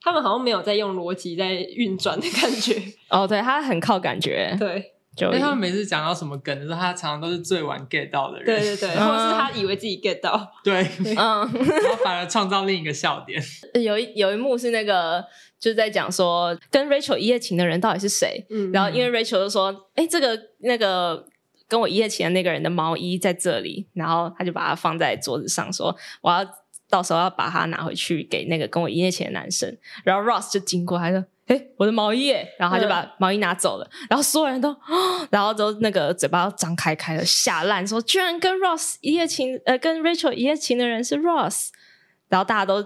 [SPEAKER 1] 他们好像没有在用逻辑在运转的感觉。
[SPEAKER 4] 哦，对他很靠感觉，
[SPEAKER 1] 对
[SPEAKER 4] 就
[SPEAKER 3] 因为他们每次讲到什么梗的时候，他常常都是最晚 get 到的
[SPEAKER 1] 对
[SPEAKER 3] 人，
[SPEAKER 1] 对对，或者是他以为自己 get 到，
[SPEAKER 3] 对，
[SPEAKER 4] 嗯，
[SPEAKER 3] 然后反而创造另一个笑点。
[SPEAKER 4] 有一有一幕是那个就是在讲说跟 Rachel 一夜情的人到底是谁，
[SPEAKER 1] 嗯
[SPEAKER 4] 然后因为 Rachel 就说，哎，这个那个。跟我一夜情的那个人的毛衣在这里，然后他就把它放在桌子上，说我要到时候要把它拿回去给那个跟我一夜情的男生。然后 Ross 就经过，他说：“哎、我的毛衣耶！”然后他就把毛衣拿走了。然后所有人都， 哦、然后都那个嘴巴张开开的吓烂，说：“居然跟 Ross 一夜情，呃，跟 Rachel 一夜情的人是 Ross。”然后大家都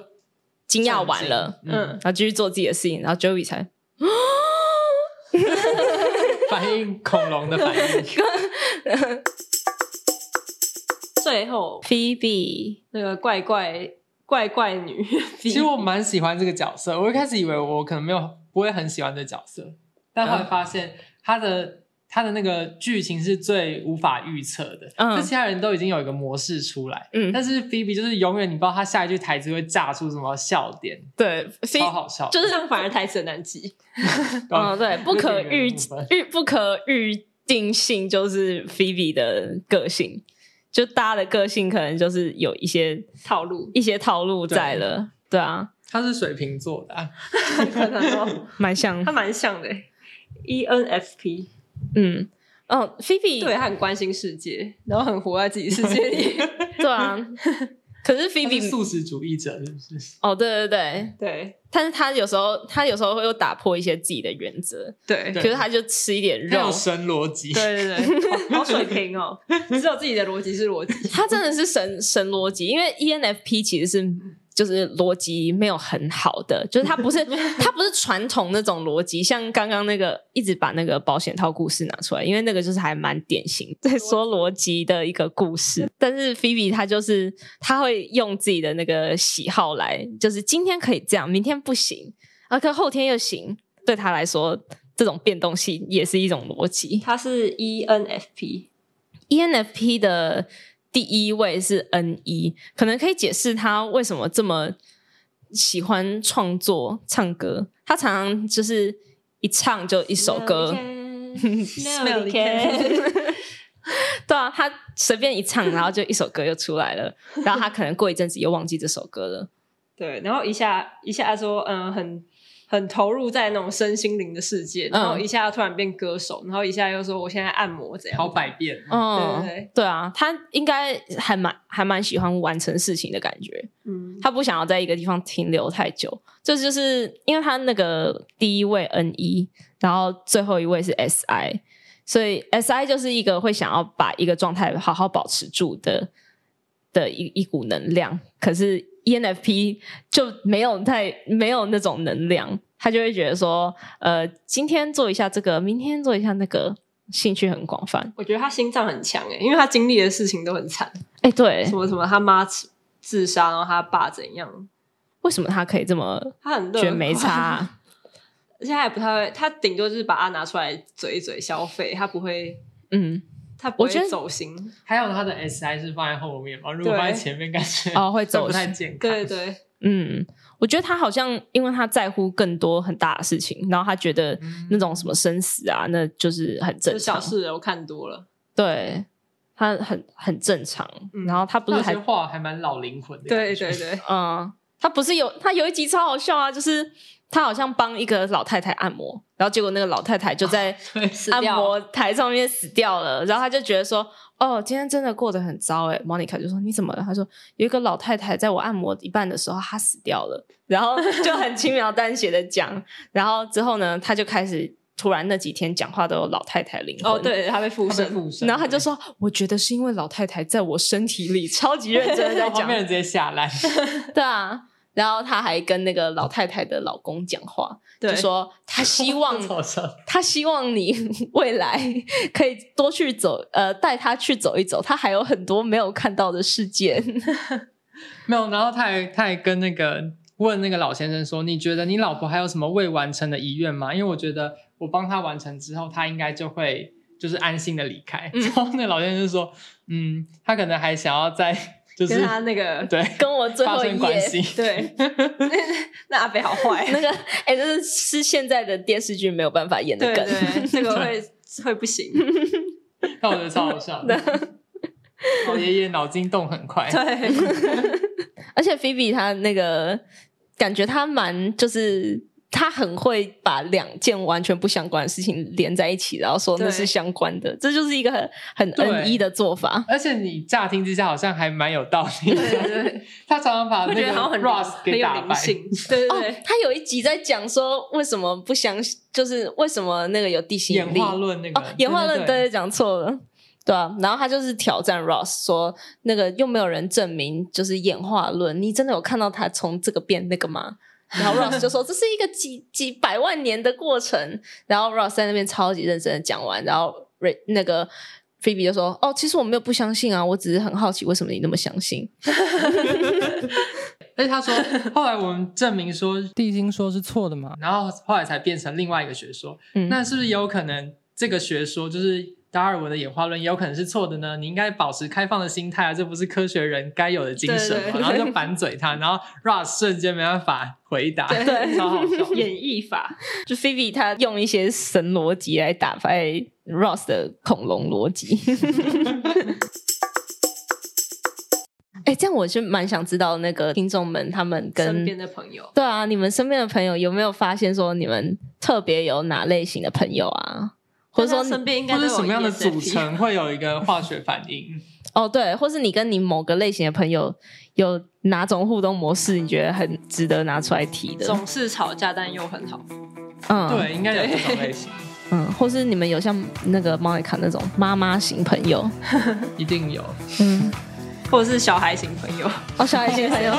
[SPEAKER 4] 惊讶完了，
[SPEAKER 3] 嗯，
[SPEAKER 1] 嗯
[SPEAKER 4] 然后继续做自己的事情。然后 Joey 才
[SPEAKER 3] 反应恐龙的反 应，
[SPEAKER 1] 最后
[SPEAKER 4] Phoebe
[SPEAKER 1] 那个怪怪怪怪女 V。
[SPEAKER 3] 其实我蛮喜欢这个角色，我一开始以为我可能没有不会很喜欢这个角色，但后来发现他的他的那个剧情是最无法预测的，
[SPEAKER 4] 嗯
[SPEAKER 3] 就其他人都已经有一个模式出来，
[SPEAKER 4] 嗯，
[SPEAKER 3] 但是菲比就是永远你不知道他下一句台词会炸出什么笑点，
[SPEAKER 4] 对，所以
[SPEAKER 3] 超好笑，
[SPEAKER 1] 就是像反而台词很难记，
[SPEAKER 4] 嗯，对，不可预
[SPEAKER 3] 这个原因
[SPEAKER 4] 预不可预定性就是 Phoebe 的个性，就大家的个性可能就是有一些
[SPEAKER 1] 套 路
[SPEAKER 4] 一些套路在了，对啊，
[SPEAKER 3] 他是水瓶座的、啊，
[SPEAKER 1] 可能哦，
[SPEAKER 4] 蛮像
[SPEAKER 1] 他，蛮像的，ENFP，，E
[SPEAKER 4] 嗯哦，Phoebe
[SPEAKER 1] 对啊他很关心世界，然后很活在自己世界里，
[SPEAKER 4] 对啊， 可是
[SPEAKER 3] 他是
[SPEAKER 4] Phoebe
[SPEAKER 3] 素食主义者是不是？
[SPEAKER 4] 哦，对对对，
[SPEAKER 1] 对
[SPEAKER 4] 但是他有时候他有时候会又打破一些自己的原则，
[SPEAKER 1] 对
[SPEAKER 4] 可
[SPEAKER 1] 对
[SPEAKER 3] 对
[SPEAKER 4] 是他就吃一点
[SPEAKER 3] 他
[SPEAKER 4] 肉
[SPEAKER 3] 有，神逻辑，
[SPEAKER 1] 对对，好好水平哦，只有自己的逻辑是逻 辑，
[SPEAKER 4] 他真的是神神逻辑，因为 E ENFP 其实是就是逻辑没有很好的，就是他不是他不是传统那种逻辑，像刚刚那个一直把那个保险套故事拿出来，因为那个就是还蛮典型在说逻辑的一个故事。但是 Phoebe 她就是她会用自己的那个喜好来，就是今天可以这样，明天不行，啊，可后天又行，对她来说。这种变动性也是一种逻辑。
[SPEAKER 1] 他是 E ENFP，
[SPEAKER 4] E ENFP 的第一位是 N 一，可能可以解释他为什么这么喜欢创作唱歌。他常常就是一唱就一首歌，
[SPEAKER 1] ，Smelly
[SPEAKER 4] Smelly 对啊，他随便一唱，然后就一首歌又出来了。然后他可能过一阵子又忘记这首歌了。
[SPEAKER 1] 对，然后一下一下说，嗯、很很投入在那种身心灵的世界，然后
[SPEAKER 4] 嗯
[SPEAKER 1] 一下突然变歌手，然后一下又说我现在按摩怎样，
[SPEAKER 3] 好百变，
[SPEAKER 4] 嗯，
[SPEAKER 1] 对对对
[SPEAKER 4] 啊，他应该还蛮还蛮喜欢完成事情的感觉。
[SPEAKER 1] 嗯，
[SPEAKER 4] 他不想要在一个地方停留太久，这就是因为他那个第一位 N 一，然后最后一位是 S I，所以 S I 就是一个会想要把一个状态好好保持住的的一一股能量，可是 E ENFP 就没有太没有那种能量，他就会觉得说，呃，今天做一下这个，明天做一下那个，兴趣很广泛。
[SPEAKER 1] 我觉得他心脏很强欸诶，因为他经历的事情都很惨，
[SPEAKER 4] 哎，对
[SPEAKER 1] 什，么什么他妈自自杀，然后他爸怎样，
[SPEAKER 4] 为什么他可以这么
[SPEAKER 1] 他很乐
[SPEAKER 4] 觉得没 差、啊
[SPEAKER 1] 观，而且他也不太会，他顶多就是把它拿出来嘴一嘴消费，他不会，
[SPEAKER 4] 嗯，
[SPEAKER 1] 他不
[SPEAKER 4] 我觉
[SPEAKER 1] 会
[SPEAKER 4] 得
[SPEAKER 1] 走心，
[SPEAKER 3] 还有他的 S I 是放在后面嘛，哦如果
[SPEAKER 1] 对
[SPEAKER 3] 放在前面，感觉
[SPEAKER 4] 哦会
[SPEAKER 3] 这
[SPEAKER 4] 走
[SPEAKER 3] 不太
[SPEAKER 4] 心
[SPEAKER 3] 健康。
[SPEAKER 1] 对对对，
[SPEAKER 4] 嗯，我觉得他好像因为他在乎更多很大的事情，然后他觉得那种什么生死啊，那就是很正
[SPEAKER 1] 嗯就小。
[SPEAKER 4] 常
[SPEAKER 1] 事人我看多了，
[SPEAKER 4] 对，他很很正常。
[SPEAKER 1] 嗯
[SPEAKER 4] 然后他不
[SPEAKER 3] 他
[SPEAKER 4] 是
[SPEAKER 3] 有
[SPEAKER 4] 还
[SPEAKER 3] 些话还蛮老灵魂的，
[SPEAKER 1] 对对，对，
[SPEAKER 4] 嗯，他不是有他有一集超好笑啊，就是他好像帮一个老太太按摩，然后结果那个老太太就 在
[SPEAKER 3] 对
[SPEAKER 4] 按
[SPEAKER 1] 掉
[SPEAKER 4] 摩台上面死掉了，然后他就觉得说。哦，今天真的过得很糟哎、莫妮卡就说你怎么了？他说有一个老太太在我按摩一半的时候她死掉了，然后就很轻描淡写的讲，然后之后呢，他就开始突然那几天讲话都有老太太灵魂
[SPEAKER 1] 哦，对，他被附
[SPEAKER 3] 他被
[SPEAKER 1] 身，
[SPEAKER 3] 附身，
[SPEAKER 4] 然后他 就说：“我觉得是因为老太太在我身体里，超级认真的在
[SPEAKER 3] 然后旁
[SPEAKER 4] 讲嗯
[SPEAKER 3] 边。人直接下来，
[SPEAKER 4] 对啊，然后他还跟那个老太太的老公讲话，
[SPEAKER 1] 对
[SPEAKER 4] 就说他希 望
[SPEAKER 3] 超笑
[SPEAKER 4] 他希望你 未来可以多去走，呃，带他去走一走，他还有很多没有看到的世界。
[SPEAKER 3] 没有，然后他还他还跟那个问那个老先生说：“你觉得你老婆还有什么未完成的遗愿吗？”因为我觉得我帮他完成之后，他应该就会就是安心的离开。
[SPEAKER 4] 嗯
[SPEAKER 3] 然后那个老先生说：“嗯，他可能还想要再就是
[SPEAKER 1] 跟他那 个
[SPEAKER 3] 对
[SPEAKER 4] 跟我最
[SPEAKER 3] 发
[SPEAKER 4] 后一
[SPEAKER 3] 生关
[SPEAKER 4] 页，
[SPEAKER 3] 系。”
[SPEAKER 1] 对， 那阿北好坏，
[SPEAKER 4] 那个哎，这是是现在的电视剧没有办法演的
[SPEAKER 1] 对
[SPEAKER 4] 梗。
[SPEAKER 1] 对，这个 会会不行，
[SPEAKER 3] 那我觉得超好笑的。 老爷爷脑筋动很
[SPEAKER 4] 哎
[SPEAKER 3] 快，
[SPEAKER 1] 对，
[SPEAKER 4] 而且菲比她那个感觉，她蛮就是她很会把两件完全不相关的事情连在一起，然后说那
[SPEAKER 1] 对
[SPEAKER 4] 是相关的，这就是一个很很
[SPEAKER 3] 对
[SPEAKER 4] N 一的做法。
[SPEAKER 3] 而且你乍听之下好像还蛮有道理
[SPEAKER 1] 对
[SPEAKER 3] 的。
[SPEAKER 1] 对，
[SPEAKER 3] 他常常
[SPEAKER 4] 啊
[SPEAKER 3] 把
[SPEAKER 1] 会
[SPEAKER 3] 那
[SPEAKER 1] 觉
[SPEAKER 3] 个
[SPEAKER 1] 得好像很
[SPEAKER 3] Ross
[SPEAKER 1] 很
[SPEAKER 3] 给
[SPEAKER 1] 有
[SPEAKER 3] 打败
[SPEAKER 1] 灵，性，对对
[SPEAKER 4] 哦
[SPEAKER 1] 对，，
[SPEAKER 4] 他有一集在讲说为什么不相信，就是为什么那个有地心
[SPEAKER 3] 演
[SPEAKER 4] 引力
[SPEAKER 3] 化论那个
[SPEAKER 4] 哦，演化论
[SPEAKER 3] 对
[SPEAKER 4] 对，讲错了。对啊，然后他就是挑战 Ross 说，那个又没有人证明就是演化论，你真的有看到他从这个变那个 吗？然后 Ross 就说这是一个几几百万年的过程，然后 Ross 在那边超级认真的讲完，然后 Ray 那个 Phoebe 就说哦，其实我没有不相信啊，我只是很好奇为什么你那么相信。
[SPEAKER 3] 而且他 说，后来我们证明说地心说是错的嘛，然后后来才变成另外一个学说。
[SPEAKER 4] 嗯，
[SPEAKER 3] 那是不是有可能这个学说就是达尔文的演化论也有可能是错的呢？你应该保持开放的心态啊，这不是科学人该有的精神
[SPEAKER 1] 对
[SPEAKER 3] 嘛？
[SPEAKER 1] 对
[SPEAKER 3] 然后就反嘴 他，然后 Russ 瞬间没办法回答，
[SPEAKER 1] 对
[SPEAKER 3] 超好笑。
[SPEAKER 1] 演绎法，
[SPEAKER 4] 就菲比他用一些神逻辑来打败 Ross 的恐龙逻辑。 哎、这样我就蛮想知道那个听众们他们
[SPEAKER 1] 身
[SPEAKER 4] 跟
[SPEAKER 1] 边的朋友，
[SPEAKER 4] 对啊，你们身边的朋友有没有发现说你们特别有哪类型的朋友啊？或者
[SPEAKER 1] 但他
[SPEAKER 4] 说
[SPEAKER 1] 身
[SPEAKER 4] 你
[SPEAKER 1] 边应该
[SPEAKER 3] 或
[SPEAKER 1] 都
[SPEAKER 3] 者
[SPEAKER 1] 有
[SPEAKER 3] 什么样的组
[SPEAKER 1] ESFP
[SPEAKER 3] 成会有一个化学反应？
[SPEAKER 4] 哦，对，或是你跟你某个类型的朋友有哪种互动模式，你觉得很值得拿出来提的？
[SPEAKER 1] 总是吵架但又很好，
[SPEAKER 4] 嗯，，
[SPEAKER 3] 对，应该有这种类型，
[SPEAKER 4] 嗯，或是你们有像那个 Monica 那种妈妈型朋友，
[SPEAKER 3] 一定有
[SPEAKER 4] 嗯，
[SPEAKER 1] 或者是小孩型朋友，
[SPEAKER 4] 哦，小孩型朋友，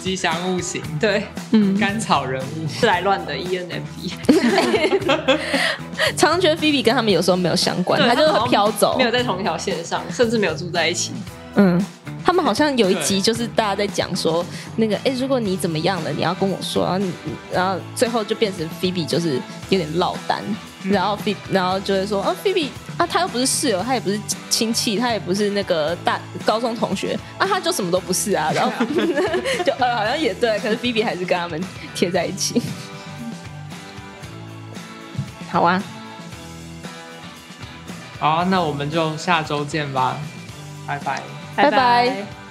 [SPEAKER 3] 吉祥物型、
[SPEAKER 1] 对，
[SPEAKER 4] 嗯，
[SPEAKER 3] 甘草人物。
[SPEAKER 1] 是来乱的，E ENFP，E
[SPEAKER 4] 常常觉得 Phoebe 跟他们有时候没有相关，
[SPEAKER 1] 对
[SPEAKER 4] 她就是
[SPEAKER 1] 他们好
[SPEAKER 4] 会
[SPEAKER 1] 像
[SPEAKER 4] 飘走
[SPEAKER 1] 没，有在同一条线上，甚至没有住在一起。
[SPEAKER 4] 嗯。他们好像有一集
[SPEAKER 3] 对
[SPEAKER 4] 就是大家在讲说，那个哎、诶如果你怎么样了，你要跟我说，然后你，然后最后就变成 Phoebe 就是有点落单，然后 Phoebe，然后就会说啊 Phoebe 啊，他又不是室友，他也不是亲戚，他也不是那个大高中同学，啊，他就什么都不是 啊，然后就呃好像也对，可是 Phoebe 还是跟他们贴在一起，好啊，
[SPEAKER 3] 好啊，那我们就下周见吧，拜拜。
[SPEAKER 4] 拜拜